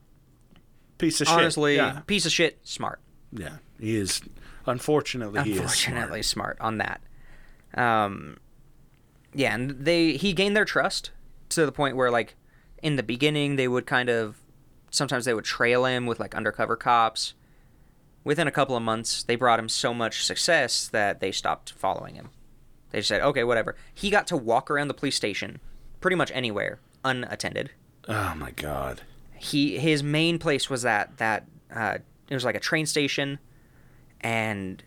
Piece of Honestly, shit. Yeah. piece of shit, smart. Yeah. He is. Unfortunately, he is. smart. unfortunately smart. on that. Um, yeah, and they he gained their trust to the point where like in the beginning they would kind of sometimes they would trail him with like undercover cops. Within a couple of months, they brought him so much success that they stopped following him. They just said, "Okay, whatever." He got to walk around the police station pretty much anywhere unattended Oh my God. he his main place was that that uh, it was like a train station, and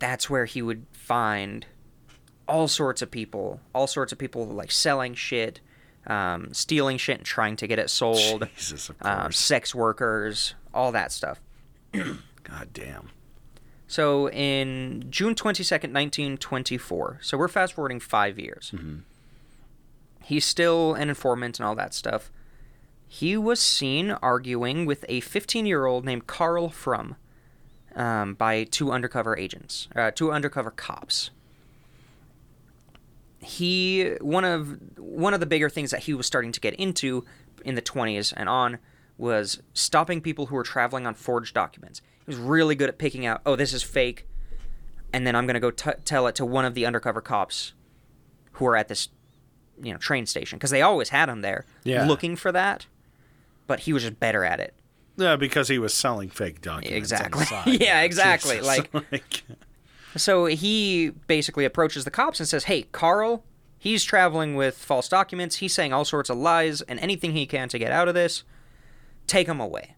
that's where he would find all sorts of people, all sorts of people like selling shit, um, stealing shit and trying to get it sold. Jesus, of um, course. sex workers, all that stuff. God damn. So in June 22nd, 1924, so we're fast forwarding five years. He's still an informant and all that stuff. He was seen arguing with a 15 year old named Carl Frum um, by two undercover agents, uh, two undercover cops. He one of one of the bigger things that he was starting to get into in the 20s and on was stopping people who were traveling on forged documents. He was really good at picking out, oh, this is fake, and then I'm gonna go t- tell it to one of the undercover cops who are at this, you know, train station because they always had him there Yeah. looking for that, but he was just better at it. Yeah, because he was selling fake documents. on the Exactly. side. Yeah, exactly. Jesus, Like- So he basically approaches the cops and says, Hey, Carl, he's traveling with false documents. He's saying all sorts of lies and anything he can to get out of this. Take him away.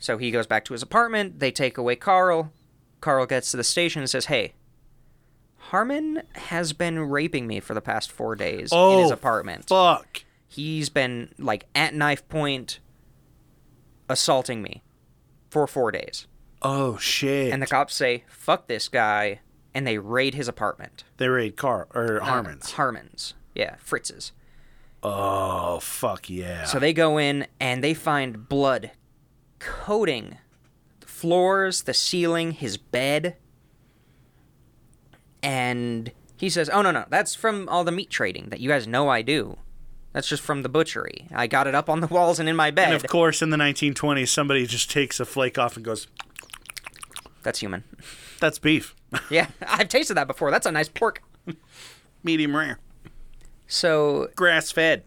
So he goes back to his apartment. They take away Carl. Carl gets to the station and says, Hey, Harmon has been raping me for the past four days in Oh, his apartment. fuck. He's been, like, at knife point assaulting me for four days. Oh shit. And the cops say, fuck this guy, and they raid his apartment. they raid Car or Uh, Harmon's. Harmon's. Yeah, Fritz's. Oh fuck yeah. So they go in and they find blood coating the floors, the ceiling, his bed. And he says, Oh, no, no, that's from all the meat trading that you guys know I do. That's just from the butchery. I got it up on the walls and in my bed. and of course, in the 1920s, somebody just takes a flake off and goes, that's human. "That's beef, yeah, I've tasted that before. That's a nice pork. medium rare, So grass fed."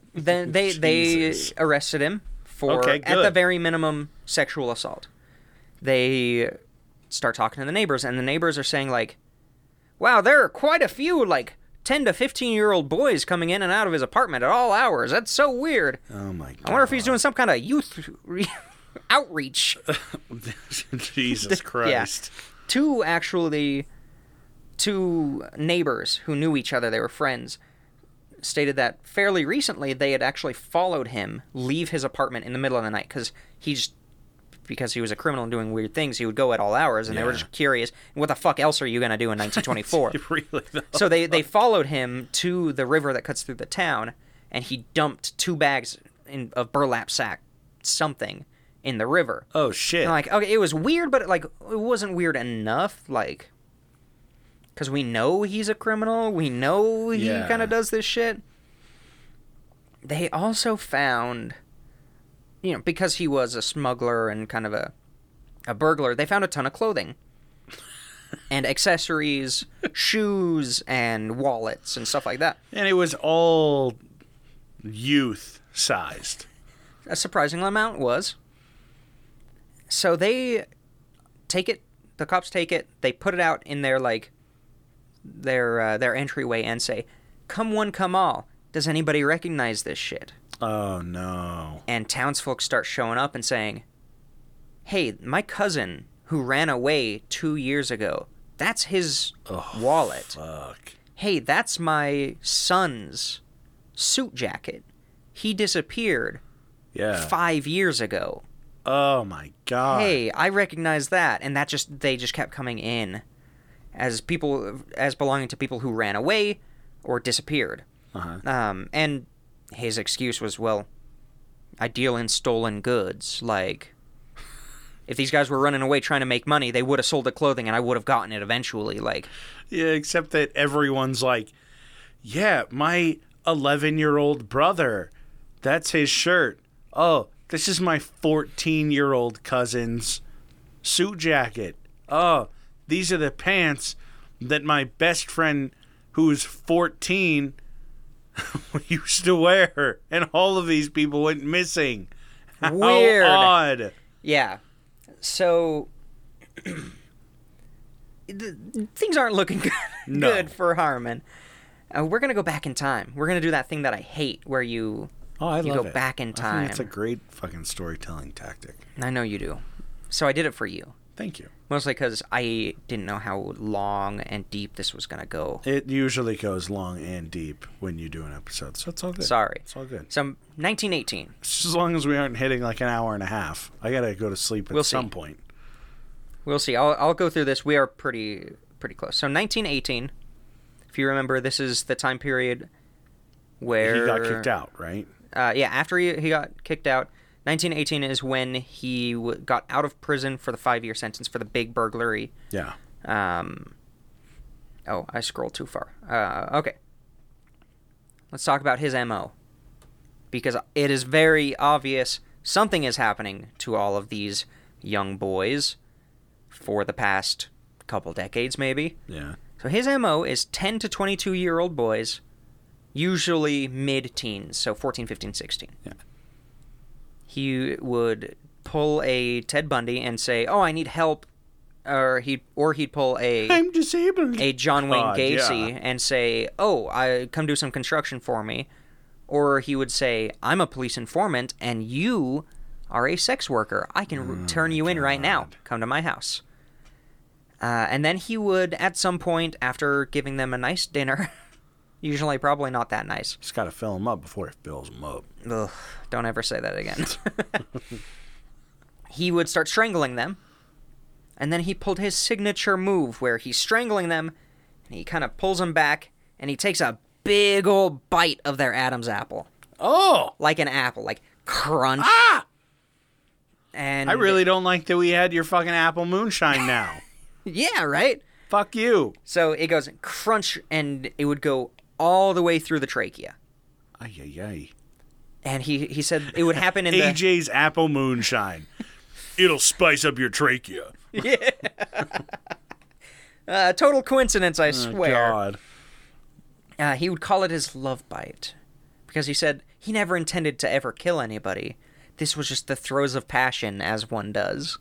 then they they Jesus. arrested him for Okay, at the good. very minimum sexual assault. They start talking to the neighbors and the neighbors are saying like, "Wow, there are quite a few like 10 to 15 year old boys coming in and out of his apartment at all hours. That's so weird. Oh my I god. wonder if he's doing some kind of youth re- outreach." Jesus Christ. two actually two neighbors who knew each other they were friends stated that fairly recently they had actually followed him leave his apartment in the middle of the night because he's because he was a criminal and doing weird things he would go at all hours and they were Yeah. just curious what the fuck else are you going to do in 1924 Really though. so they they followed him to the river that cuts through the town and he dumped two bags in, of burlap sack something in the river Oh shit. and, like, okay, it was weird, but like, it wasn't weird enough. Like, because we know he's a criminal, we know he Yeah. kind of does this shit. They also found, you know, because he was a smuggler and kind of a, a burglar, they found a ton of clothing. And accessories, shoes, and wallets, and stuff like that. and it was all youth sized. a surprising amount was. So they take it. The cops take it. They put it out in their like their uh, their entryway and say, "Come one, come all." Does anybody recognize this shit? Oh no. And townsfolk start showing up and saying, "Hey, my cousin who ran away two years ago. That's his wallet." Fuck. hey, that's my son's suit jacket. He disappeared Yeah. five years ago. Oh my god. Hey, I recognize that, and that just they just kept coming in as people as belonging to people who ran away or disappeared. Uh-huh. Um, and his excuse was, well, I deal in stolen goods. Like, if these guys were running away trying to make money, they would have sold the clothing, and I would have gotten it eventually. Like, Yeah, except that everyone's like, yeah, my 11 year old brother, that's his shirt. Oh, this is my 14 year old cousin's suit jacket. Oh, these are the pants that my best friend, who's 14, used to wear. And all of these people went missing. How Weird. odd. Yeah. So the, things aren't looking good, No. good for Harmon. Uh, we're gonna go back in time. We're gonna do that thing that I hate, where you Oh, I you love go it. back in I think time. It's a great fucking storytelling tactic. I know you do. So I did it for you. Thank you. Mostly because I didn't know how long and deep this was gonna go. It usually goes long and deep when you do an episode, so it's all good. Sorry. It's all good. So 1918. As long as we aren't hitting like an hour and a half, I gotta go to sleep at We'll see. some point. We'll see. I'll, I'll go through this. We are pretty pretty close. So 1918. If you remember, this is the time period where He got kicked out, right? Uh, yeah, after he, he got kicked out, 1918 is when he w- got out of prison for the five year sentence for the big burglary. Yeah. Um, oh, I scrolled too far. Uh, okay. Let's talk about his MO. Because it is very obvious something is happening to all of these young boys for the past couple decades, maybe. Yeah. So his MO is 10 to 22 year old boys, usually mid teens, so 14, 15, 16. Yeah. He would pull a Ted Bundy and say, "Oh, I need help." Or he'd or he'd pull a I'm disabled. a John Wayne God, Gacy yeah. and say, "Oh, I come do some construction for me." Or he would say, "I'm a police informant and you are a sex worker. I can r turn you in right now. Come to my house." Uh, and then he would, at some point, after giving them a nice dinner, usually probably not that nice, Just gotta fill him up before he fills him up. Ugh, don't ever say that again. he would start strangling them, and then he pulled his signature move where he's strangling them, and he kind of pulls them back, and he takes a big old bite of their Adam's apple. Oh, Like an apple, like crunch. Ah! And I really don't like that we had your fucking apple moonshine now. yeah, right? Fuck you. So it goes crunch, and it would go all the way through the trachea. Ay ay And he, he said it would happen in ay. the AJ's apple moonshine. It'll spice up your trachea. uh, total coincidence, Oh, I swear. God. Uh, he would call it his love bite because he said he never intended to ever kill anybody. This was just the throes of passion, as one does.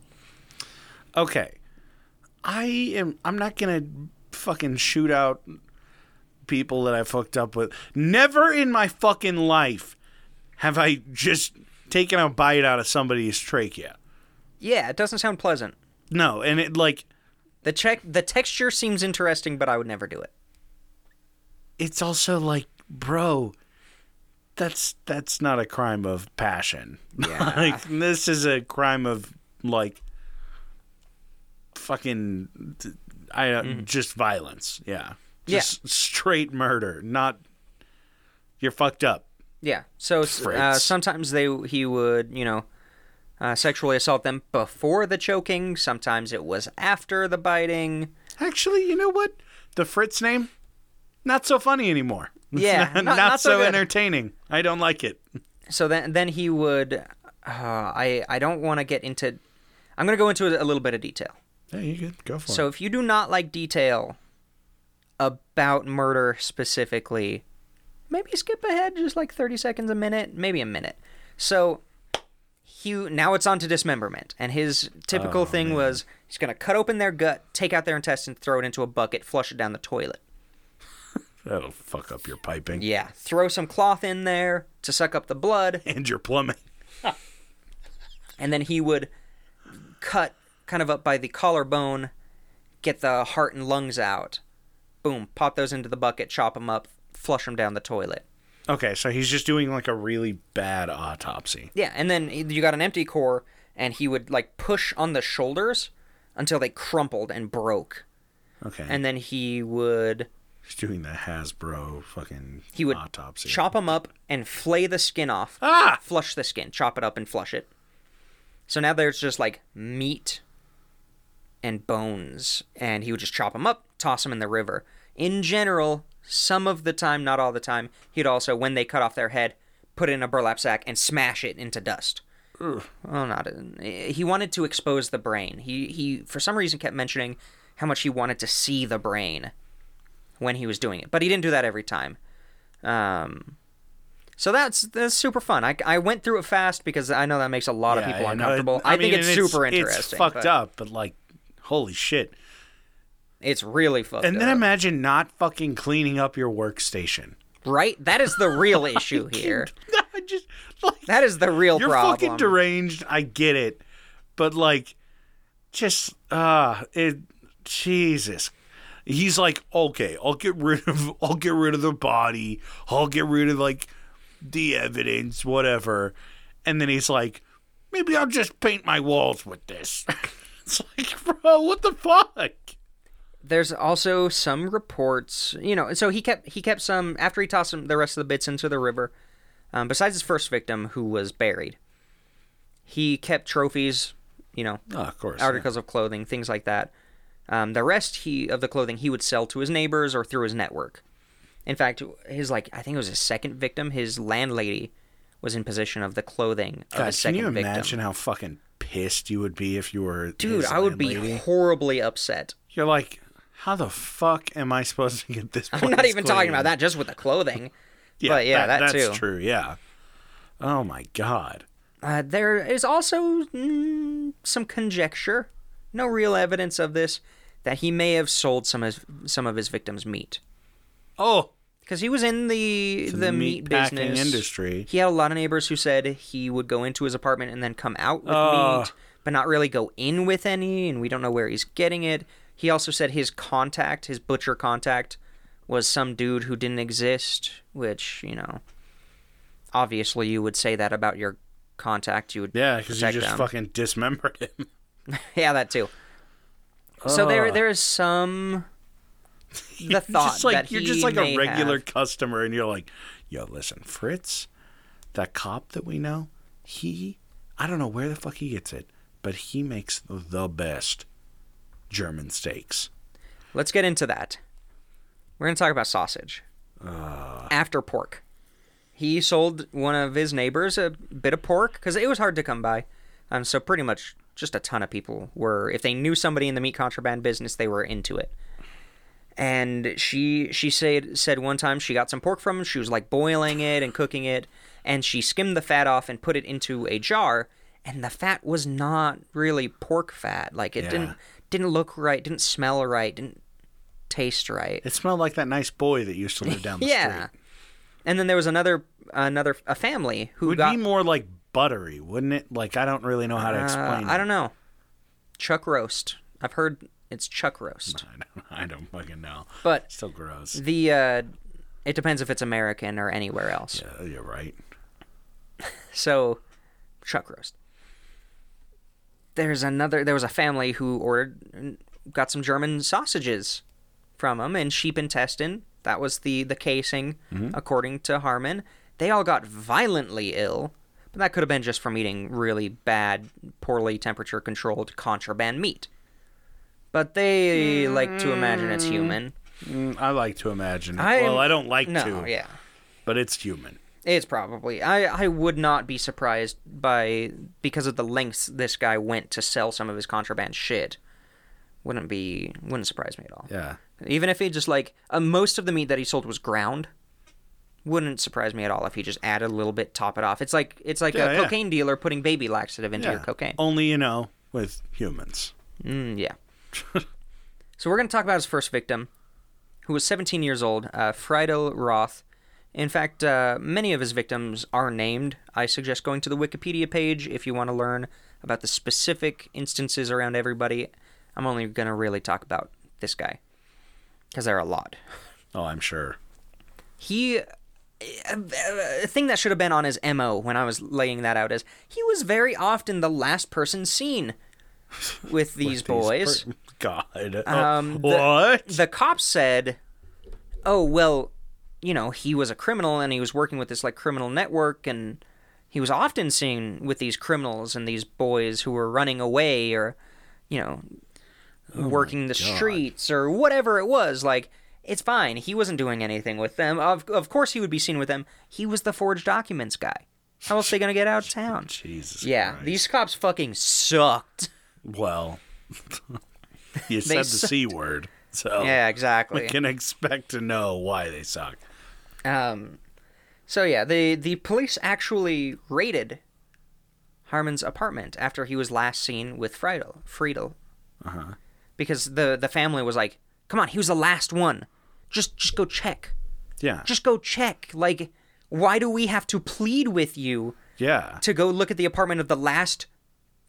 Okay. I am I'm not gonna fucking shoot out people that I fucked up with. Never in my fucking life have I just taken a bite out of somebody's trachea. Yeah, it doesn't sound pleasant. No, and it like The check, the texture seems interesting, but I would never do it. it's also like, bro, that's that's not a crime of passion. Yeah. like this is a crime of like fucking I don't just violence. Yeah. Mm. Yeah. Just straight murder, not you're fucked up. Yeah. So uh, Fritz. sometimes they he would you know uh, sexually assault them before the choking. Sometimes it was after the biting. Actually, you know what? The Fritz name not so funny anymore. Yeah, not, not- not so so good. entertaining. I don't like it. so then then he would uh, I I don't want to get into I'm going to go into a little bit of detail. Yeah, you could go for So if you do not like detail about murder specifically, maybe skip ahead just like 30 seconds a minute, maybe a minute. So he now it's on to dismemberment and his typical thing was he's going to cut open their gut, take out their intestines, throw it into a bucket, flush it down the toilet. That'll fuck up your piping Yeah, throw some cloth in there to suck up the blood. and your plumbing. and then he would cut kind of up by the collarbone, get the heart and lungs out, boom, pop those into the bucket, chop them up, flush them down the toilet. Okay, so he's just doing like a really bad autopsy. Yeah, and then you got an empty core, and he would like push on the shoulders until they crumpled and broke, Okay. and then he would he's doing the Hasbro fucking he would autopsy. chop them up and flay the skin off, Ah! flush the skin, chop it up and flush it. So now there's just like meat and bones, and he would just chop them up, toss them in the river. In general, some of the time, not all the time, he'd also, when they cut off their head, put it in a burlap sack and smash it into dust. Well, not he wanted to expose the brain. He he for some reason kept mentioning how much he wanted to see the brain when he was doing it, but he didn't do that every time. Um, so that's that's super fun. I, I went through it fast because I know that makes a lot of Yeah, people yeah, no, uncomfortable. I, think mean, it's and super It's interesting. fucked but up, but like, holy shit! It's really fucked And then up. imagine not fucking cleaning up your workstation. right? That is the real issue here. I just like That is the real you're problem. fucking deranged. I get it, but like, just ah, it Jesus. He's like, okay, I'll get rid of, I'll get rid of the body, I'll get rid of like the evidence, whatever. And then he's like, maybe I'll just paint my walls with this. it's like, bro, what the fuck? There's also some reports, you know. So he kept he kept some after he tossed some, the rest of the bits into the river. Um, besides his first victim, who was buried, he kept trophies, you know, Oh, of course. articles of clothing, things like that. Um, the rest he of the clothing he would sell to his neighbors or through his network. In fact, his like I think it was his second victim. His landlady was in possession of the clothing of God, his can second you victim. imagine how fucking pissed you would be if you were Dude, his I would be landlady? horribly upset. You're like, how the fuck am I supposed to get this? I'm not place even talking clean? about that, just with the clothing. but yeah, that, that's too. true. Yeah. Oh my god. Uh, there is also mm, some conjecture, no real evidence of this, that he may have sold some of his, some of his victims' meat Oh, because he was in the To the, the meat, meatpacking business industry. He had a lot of neighbors who said he would go into his apartment and then come out with Ugh. meat, but not really go in with any, and we don't know where he's getting it. He also said his contact, his butcher contact, was some dude who didn't exist, which you know, obviously you would say that about your contact. You would yeah, because you protect just them. fucking dismembered him. Yeah, that too. So there, there is some the thought just like that you're he just like may a regular have- customer, and you're like, yo, listen, Fritz, that cop that we know, he, I don't know where the fuck he gets it, but he makes the best German steaks. Let's get into that. We're gonna talk about sausage after pork. He sold one of his neighbors a bit of pork because it was hard to come by, um, so pretty much just a ton of people were. If they knew somebody in the meat contraband business, they were into it. and she she said said one time she got some pork from him. She was like boiling it and cooking it, and she skimmed the fat off and put it into a jar, and the fat was not really pork fat. Like it didn't didn't look right, didn't smell right, didn't taste right. It smelled like that nice boy that used to live down the yeah. street. And then there was another another a family who It would got be more like buttery, wouldn't it? Like I don't really know how to uh, explain. I it. don't know chuck roast. I've heard it's chuck roast, I don't. I don't fucking know. but Still gross. the uh, it depends if it's American or anywhere else. Yeah, you're right. So, chuck roast. There's another. There was a family who ordered, got some German sausages from him and sheep intestine. That was the the casing, according to Harmon. They all got violently ill, but that could have been just from eating really bad, poorly temperature controlled contraband meat. But they like to imagine it's human. Mm, I like to imagine. It. I'm- well, I don't like No, to. yeah. But it's human. It's probably. I, I would not be surprised by because of the lengths this guy went to sell some of his contraband shit. Wouldn't be wouldn't surprise me at all. Yeah. Even if he just like uh, most of the meat that he sold was ground, wouldn't surprise me at all if he just added a little bit, top it off. It's like it's like Yeah, a yeah. cocaine dealer putting baby laxative into yeah. your cocaine. Only you know with humans. Mm, yeah. so we're going to talk about his first victim, who was 17 years old, uh, Friedel Roth. In fact, uh, many of his victims are named. I suggest going to the Wikipedia page if you want to learn about the specific instances around everybody. I'm only going to really talk about this guy because there are a lot. Oh, I'm sure. He. A thing that should have been on his MO when I was laying that out is he was very often the last person seen with these boys. per- God. Oh, Um, the- what? the cops said, "Oh well, you know he was a criminal and he was working with this like criminal network and he was often seen with these criminals and these boys who were running away or you know Oh working the streets or whatever it was like." It's fine. He wasn't doing anything with them. Of of course he would be seen with them. He was the forged documents guy. How else they gonna get out of town? Jesus. Yeah, Christ. these cops fucking sucked. Well, you said the sucked. c word, so Yeah, exactly. we can expect to know why they suck. Um, so yeah, the the police actually raided Harmon's apartment after he was last seen with Friedel. Friedel. Uh huh. Uh-huh. Because the the family was like, "Come on, he was the last one. Just just go check. Yeah. Just go check. Like, why do we have to plead with you yeah. to go look at the apartment of the last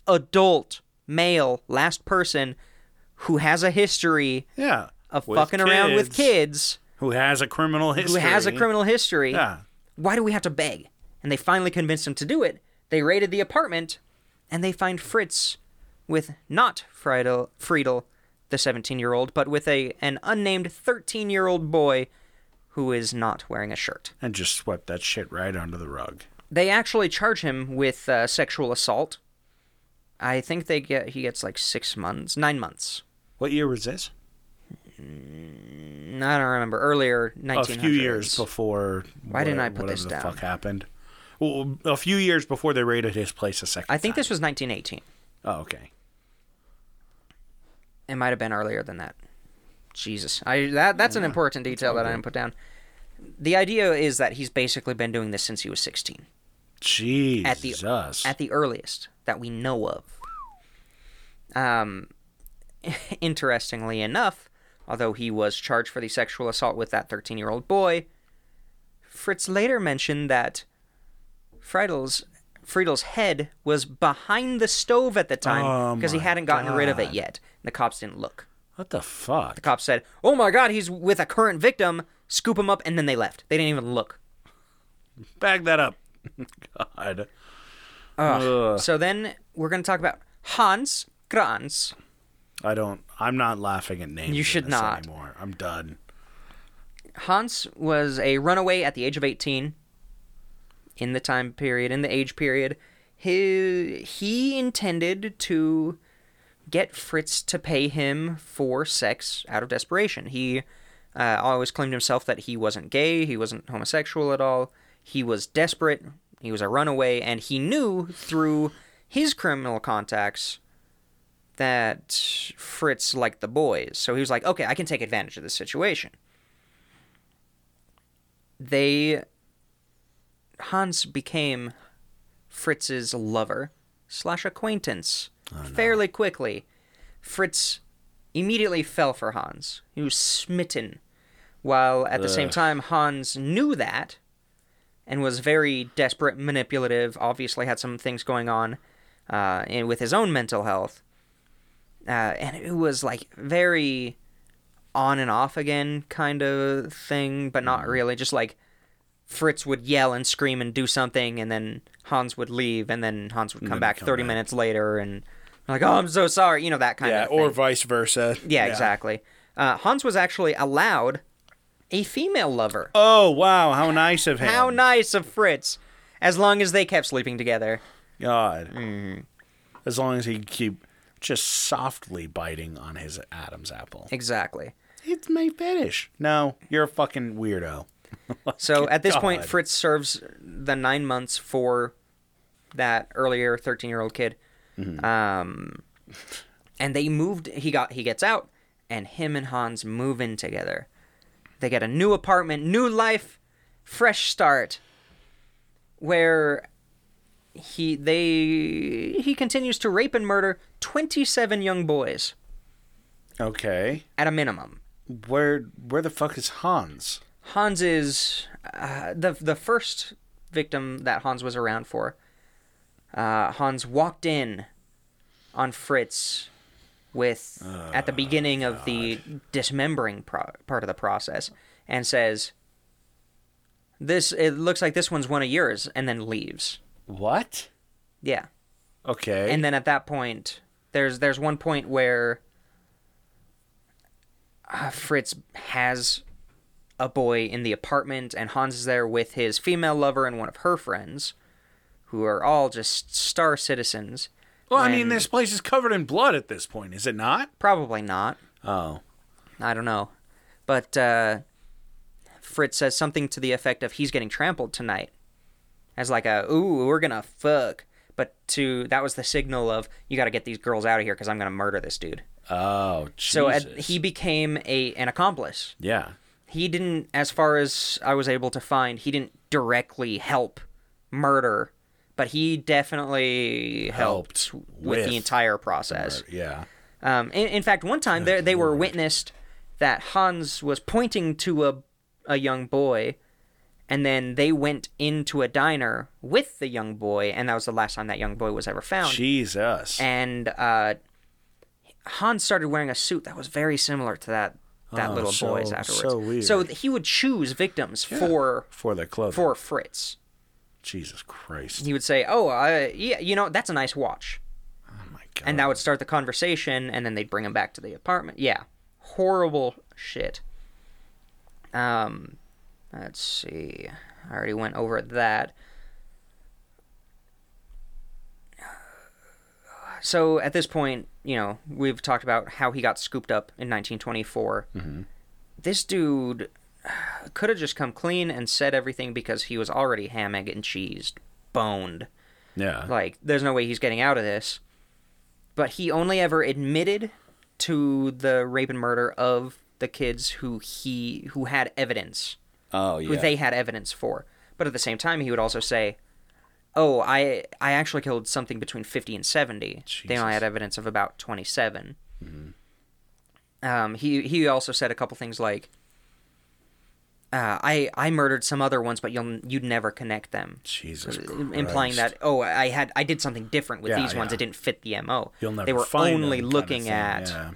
adult male, last person who has a history Yeah. of With fucking around with kids Who has a criminal who history. has a criminal history. Yeah. Why do we have to beg? And they finally convinced him to do it. They raided the apartment and they find Fritz with not Friedel, Friedel the 17 year old, but with a an unnamed 13 year old boy who is not wearing a shirt. And just swept that shit right under the rug. They actually charge him with uh, sexual assault. I think they get he gets like six months, nine months. What year was this? I don't remember. Earlier, 1900s. A few years before. Why didn't I put whatever this the down? fuck happened. Well, a few years before they raided his place a second I think time. this was 1918. Oh, okay. It might have been earlier than that. Jesus, I that that's an important detail that I didn't put down. The idea is that he's basically been doing this since he was 16, Jesus. At the- at the earliest that we know of. Um, interestingly enough, although he was charged for the sexual assault with that 13-year-old boy, Fritz later mentioned that Friedel's Friedel's head was behind the stove at the time Oh because he my hadn't gotten rid of it yet. The cops didn't look. what the fuck? The cops said, "Oh my God, he's with a current victim." Scoop him up, and then they left. They didn't even look. Bag that up. God. Ugh. So then we're gonna talk about Hans Kranz. I don't. I'm not laughing at names. You in should this not. anymore. I'm done. Hans was a runaway at the age of eighteen. In the time period, in the age period, he he intended to get Fritz to pay him for sex out of desperation. He uh, always claimed himself that he wasn't gay, he wasn't homosexual at all. He was desperate, he was a runaway, and he knew through his criminal contacts that Fritz liked the boys. So he was like, okay, I can take advantage of this situation. They. Hans became Fritz's lover slash acquaintance fairly quickly. Fritz immediately fell for Hans. He was smitten, while at the same time Hans knew that and was very desperate, manipulative. Obviously, had some things going on uh, and with his own mental health, uh, and it was like very on and off again kind of thing, but not really. Just like Fritz would yell and scream and do something, and then Hans would leave, and then Hans would come back thirty minutes later and. Like, oh, I'm so sorry. You know, that kind Yeah, of thing. or vice versa. Yeah, exactly. Uh, Hans was actually allowed a female lover. Oh wow! How nice of him. How nice of Fritz. As long as they kept sleeping together. God. As long as he can keep just softly biting on his Adam's apple. Exactly. It's my fetish. No, you're a fucking weirdo. So at this point, God. Fritz serves the nine months for that earlier 13 year old kid. Um, and they moved. He got he gets out, and him and Hans move in together. They get a new apartment, new life, fresh start. Where he they he continues to rape and murder 27 young boys Okay. at a minimum. Where where the fuck is Hans? Hans is uh, the the first victim that Hans was around for. Uh, Hans walked in on Fritz with at the beginning of the dismembering pro- part of the process and says, "This it looks like this one's one of yours," and then leaves. What? Yeah, Okay. and then at that point, there's there's one point where uh, Fritz has a boy in the apartment, and Hans is there with his female lover and one of her friends, who are all just star citizens. well, I when- mean, this place is covered in blood at this point, is it not? probably not. Oh. I don't know, but uh, Fritz says something to the effect of "He's getting trampled tonight," as like a "Ooh, we're gonna fuck." But to that was the signal of you got to get these girls out of here because I'm gonna murder this dude. Oh, Jesus. So at, he became a an accomplice. Yeah. He didn't, as far as I was able to find, he didn't directly help murder, but he definitely helped, Helped with, with the entire process. Yeah. Um, in, in fact, one time there they were witnessed that Hans was pointing to a a young boy, and then they went into a diner with the young boy, and that was the last time that young boy was ever found. Jesus. Oh. and uh, Han started wearing a suit that was very similar to that that Oh, little so- boy's afterwards. so weird. So th- he would choose victims for for the clothing. for Fritz. Jesus Christ. He would say, "Oh, uh, yeah, you know, that's a nice watch," Oh my God. and that would start the conversation, and then they'd bring him back to the apartment. Yeah, horrible shit. Um, let's see. I already went over that. So at this point, you know, we've talked about how he got scooped up in 1924. This dude could have just come clean and said everything because he was already ham, egg, and cheesed, boned. yeah. Like, there's no way he's getting out of this. But he only ever admitted to the rape and murder of the kids who he who had evidence, oh yeah. who they had evidence for. But at the same time, he would also say, "Oh, I I actually killed something between fifty and seventy. They only had evidence of about twenty-seven. Um, he he also said a couple things like. Uh, I, I murdered some other ones, but you'll you'd never connect them Jesus Christ. implying that oh I had I did something different with Yeah, these ones yeah. it didn't fit the mo You'll never they were find them only kinda looking thing, at yeah.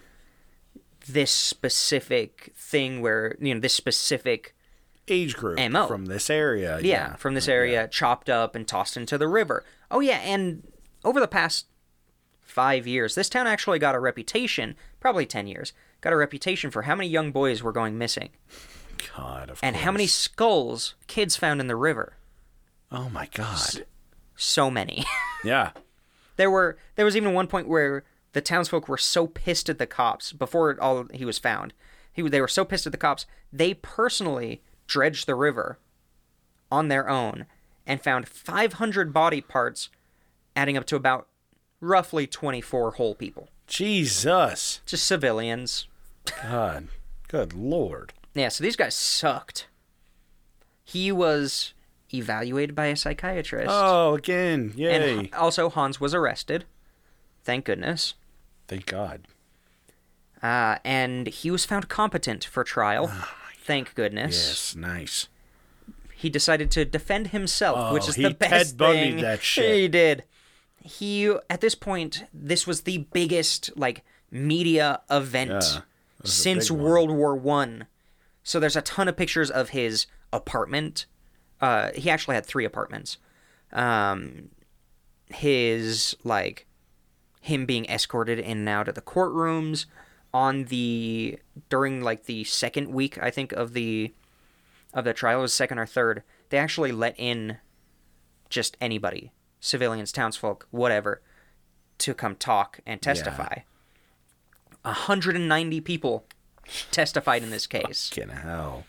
this specific thing where you know this specific age group MO. from this area. yeah, from this area chopped up and tossed into the river oh yeah and over the past 5 years this town actually got a reputation probably 10 years got a reputation for how many young boys were going missing God, of and how many skulls kids found in the river Oh my God. so many Yeah. There were there was even one point where the townsfolk were so pissed at the cops before all he was found. He they were so pissed at the cops they personally dredged the river on their own and found 500 body parts, adding up to about roughly 24 whole people, Jesus. just civilians. God. Good Lord. Yeah, so these guys sucked. He was evaluated by a psychiatrist, Oh, again. Yay. and also Hans was arrested. Thank goodness. Thank God. uh, and he was found competent for trial. Thank goodness. Ah, Yes. Nice. He decided to defend himself, which Oh, is he the best Ted Bundy'd thing that shit. he did. He at this point, this was the biggest like media event Yeah, since big one. World War One. So there's a ton of pictures of his apartment. Uh, he actually had three apartments. Um, his like him being escorted in and out of the courtrooms on the during like the second week I think of the of the trial it was second or third they actually let in just anybody civilians townsfolk whatever to come talk and testify 190 people testified in this case Fucking hell.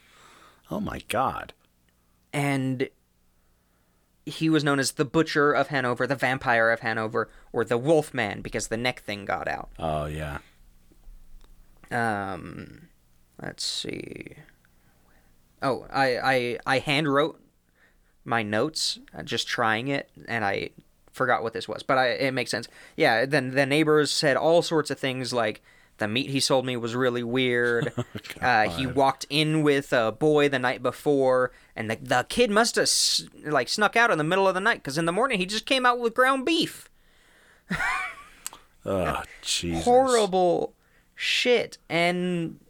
Oh my God. and he was known as the butcher of Hanover, the vampire of Hanover, or the wolf man because the neck thing got out. Oh yeah. Um, let's see. Oh, I I I hand wrote my notes, uh, just trying it, and I forgot what this was, but I it makes sense. Yeah. Then the neighbors said all sorts of things like. The meat he sold me was really weird. uh, he walked in with a boy the night before, and the, the kid must have s- like snuck out in the middle of the night because in the morning he just came out with ground beef Oh Jesus. horrible shit and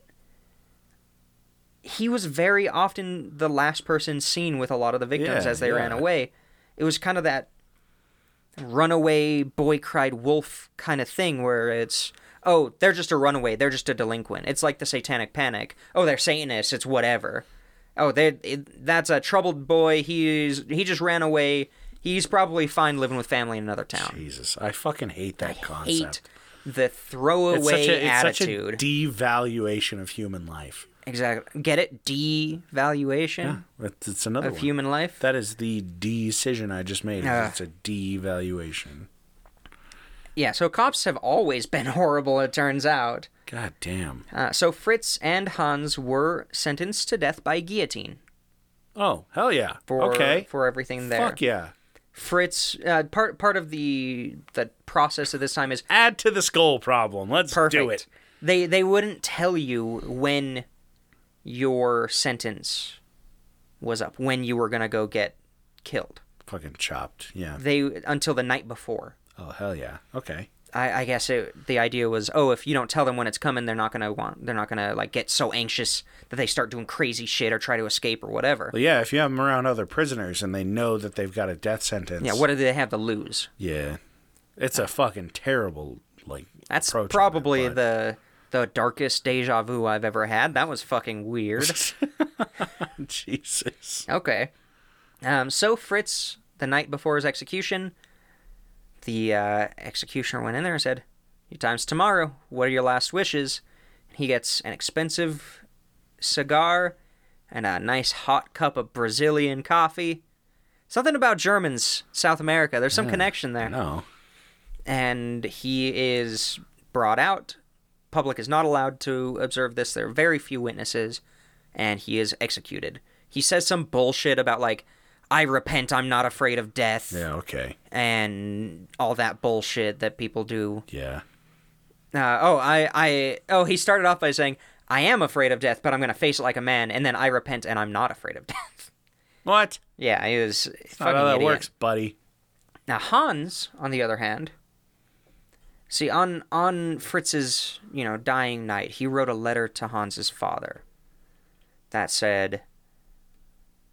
he was very often the last person seen with a lot of the victims Yeah, as they ran yeah. away it was kind of that runaway boy cried wolf kind of thing where it's oh they're just a runaway they're just a delinquent it's like the satanic panic oh they're satanists it's whatever oh they it, that's a troubled boy he's he just ran away he's probably fine living with family in another town Jesus. I fucking hate that concept. hate the throwaway it's such a, it's attitude. such a devaluation of human life. exactly. Get it? Devaluation It's, it's another of one. human life. That is the decision I just made. is Ugh. It's a devaluation. yeah. So cops have always been horrible. It turns out. God damn. Uh, so Fritz and Hans were sentenced to death by guillotine Oh hell yeah. for okay. for everything there. Fuck yeah. Fritz. Uh, part part of the the process at this time is Add to the skull problem. Let's perfect. do it. They they wouldn't tell you when your sentence was up when you were gonna go get killed. Fucking chopped. Yeah. They until the night before. Oh hell yeah. Okay. I, I guess it, the idea was, oh, if you don't tell them when it's coming, they're not gonna want, they're not gonna like get so anxious that they start doing crazy shit or try to escape or whatever. Well, yeah, if you have them around other prisoners and they know that they've got a death sentence. Yeah, what do they have to lose? Yeah. It's a fucking terrible like That's approach on that, probably but- the the darkest deja vu I've ever had. That was fucking weird. Jesus. okay. Um, so Fritz, the night before his execution, the uh, executioner went in there and said, "Your time's tomorrow. What are your last wishes?" He gets an expensive cigar and a nice hot cup of Brazilian coffee. Something about Germans, South America. There's some connection there No. and he is brought out. Public is not allowed to observe this. There are very few witnesses, and he is executed. He says some bullshit about like, "I repent. I'm not afraid of death," Yeah, okay. and all that bullshit that people do. Yeah. Uh, oh, I, I, oh, he started off by saying, "I am afraid of death, but I'm gonna face it like a man," and then I repent and I'm not afraid of death. What? yeah, he was Not fucking how that idiot. works, buddy. Now Hans, on the other hand, see on on Fritz's you know dying night, he wrote a letter to Hans's father that said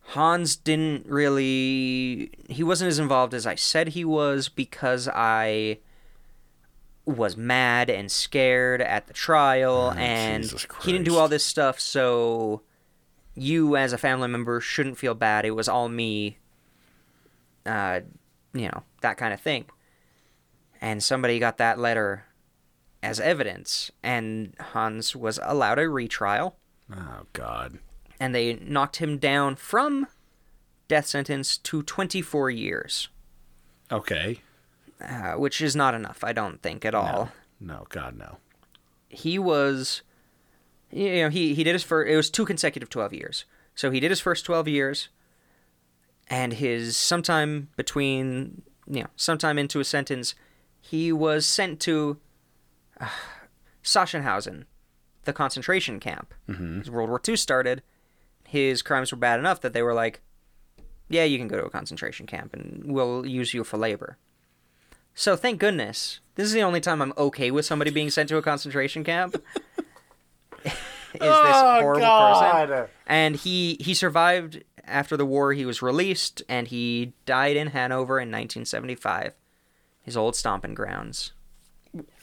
Hans didn't really he wasn't as involved as I said he was because I was mad and scared at the trial and Oh, Jesus he didn't do Christ. all this stuff so you as a family member shouldn't feel bad it was all me uh you know that kind of thing and somebody got that letter as evidence and Hans was allowed a retrial Oh god. and they knocked him down from death sentence to 24 years, Okay. uh, which is not enough, I don't think, at all. No, god no. He was, you know, he, he did his first, it was two consecutive 12 years. So he did his first 12 years, and his sometime between, you know, sometime into a sentence, he was sent to uh, Sachsenhausen, the concentration camp. As World War II started, his crimes were bad enough that they were like, yeah, you can go to a concentration camp and we'll use you for labor. So thank goodness. This is the only time I'm okay with somebody being sent to a concentration camp. is this horrible person. And he he survived after the war, he was released and he died in Hanover in 1975. His old stomping grounds.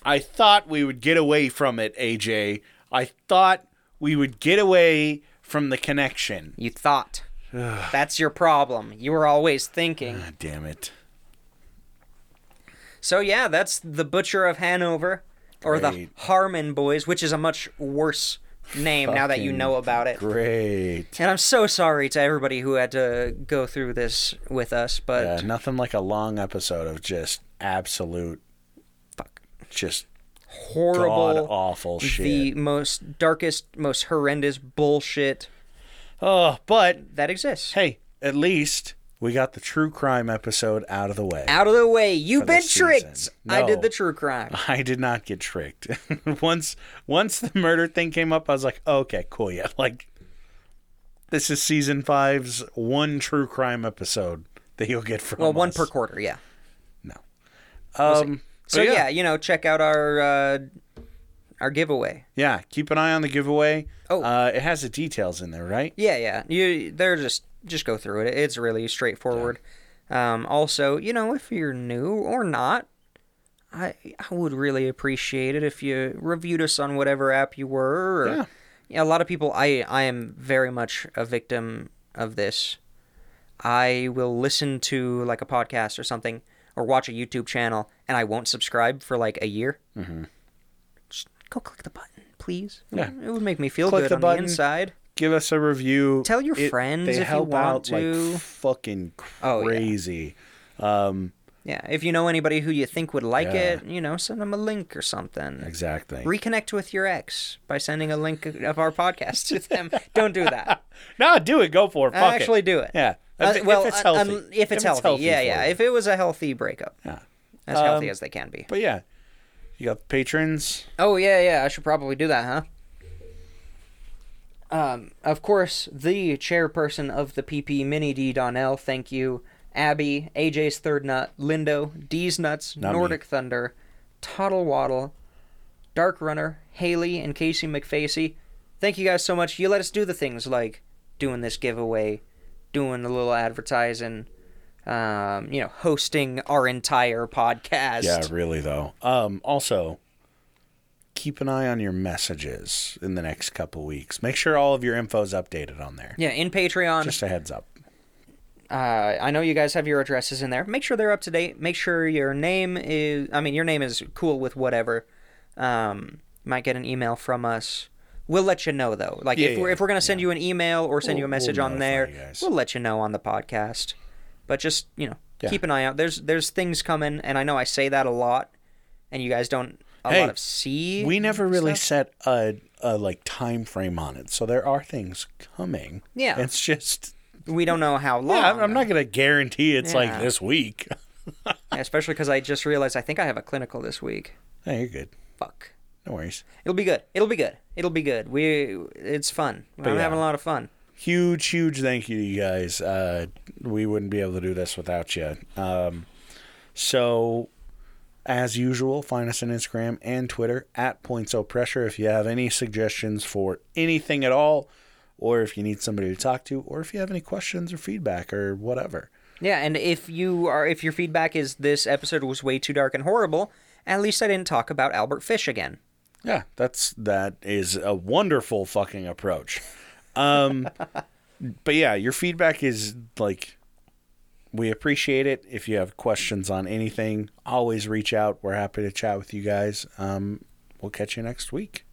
I thought we would get away from it, AJ. I thought we would get away from the connection. You thought. That's your problem. You were always thinking. God damn it. So yeah, that's the Butcher of Hanover, or the Great. Harmon Boys, which is a much worse name now that you know about it. Great. And I'm so sorry to everybody who had to go through this with us, but Yeah, Uh, nothing like a long episode of just absolute Fuck. Just horrible, god awful shit. the most darkest, most horrendous bullshit oh, but that exists. hey, at least we got the true crime episode out of the way. Out of the way, you've the been tricked. season. I did No. the true crime. I did not get tricked. once once the murder thing came up, I was like, okay, cool, yeah. Like this is season five's one true crime episode that you'll get from Well, one us. per quarter, yeah. No. Um, so but yeah. Oh, yeah. you know, check out our uh, our giveaway. Yeah, keep an eye on the giveaway. Oh. uh, it has the details in there, right? Yeah, yeah. You they're just just go through it. It's really straightforward. Um, also, you know, if you're new or not, I I would really appreciate it if you reviewed us on whatever app you were. Or, Yeah. Yeah, a lot of people. I I am very much a victim of this. I will listen to like a podcast or something, or watch a YouTube channel, and I won't subscribe for like a year. Mm-hmm. Just go click the button, please. Yeah. It would make me feel Click good the on button. the inside. Give us a review. Tell your It- friends they if you help want out to. like fucking Oh, yeah. crazy. Yeah, if you know anybody who you think would like it, you know, send them a link or something. Exactly. Reconnect with your ex by sending a link of our podcast to them. Don't do that. no, do it. Go for it. Fuck it. actually do it. Yeah. Uh, If, it- well, if it's uh, healthy. um, if it's healthy. yeah, for yeah. you. If it was a healthy breakup, yeah. Um, as healthy as they can be. But yeah, you got patrons. Oh yeah, yeah. I should probably do that, huh? Um, of course, the chairperson of the PP Mini D Donnell, thank you. Abby, AJ's Third Nut, Lindo, D's Nuts, Not me. Nordic Thunder, Toddle Waddle, Dark Runner, Haley, and Casey McFacey. Thank you guys so much. You let us do the things like doing this giveaway, doing a little advertising, um, you know, hosting our entire podcast. Yeah, really though. Um, also, keep an eye on your messages in the next couple weeks. Make sure all of your info is updated on there. Yeah, in Patreon. Just a heads up. Uh, I know you guys have your addresses in there. Make sure they're up to date. Make sure your name is. I mean, your name is cool with whatever. Um, you might get an email from us. We'll let you know though. Like if Yeah, we're yeah, if we're gonna send you an email or send you a We'll- message we'll on notify there, you guys. we'll let you know on the podcast. But just you know, Yeah. keep an eye out. There's there's things coming, and I know I say that a lot, and you guys don't a Hey, lot of see. We never really set a, a like time frame on it, so there are things coming. Yeah. it's just we don't know how long. yeah, I'm- I'm not gonna guarantee it's Yeah. like this week. especially because I just realized I think I have a clinical this week. hey, you're good. Fuck. No worries. It'll be good. It'll be good. It'll be good. We it's fun. I'm yeah. having a lot of fun. huge huge thank you to you guys uh, we wouldn't be able to do this without you um, so as usual find us on instagram and twitter at points o pressure if you have any suggestions for anything at all or if you need somebody to talk to or if you have any questions or feedback or whatever Yeah, and if you are if your feedback is this episode was way too dark and horrible, at least I didn't talk about Albert Fish again. Yeah, that's that is a wonderful fucking approach. Um but yeah, your feedback is like we appreciate it. If you have questions on anything, always reach out. We're happy to chat with you guys. Um we'll catch you next week.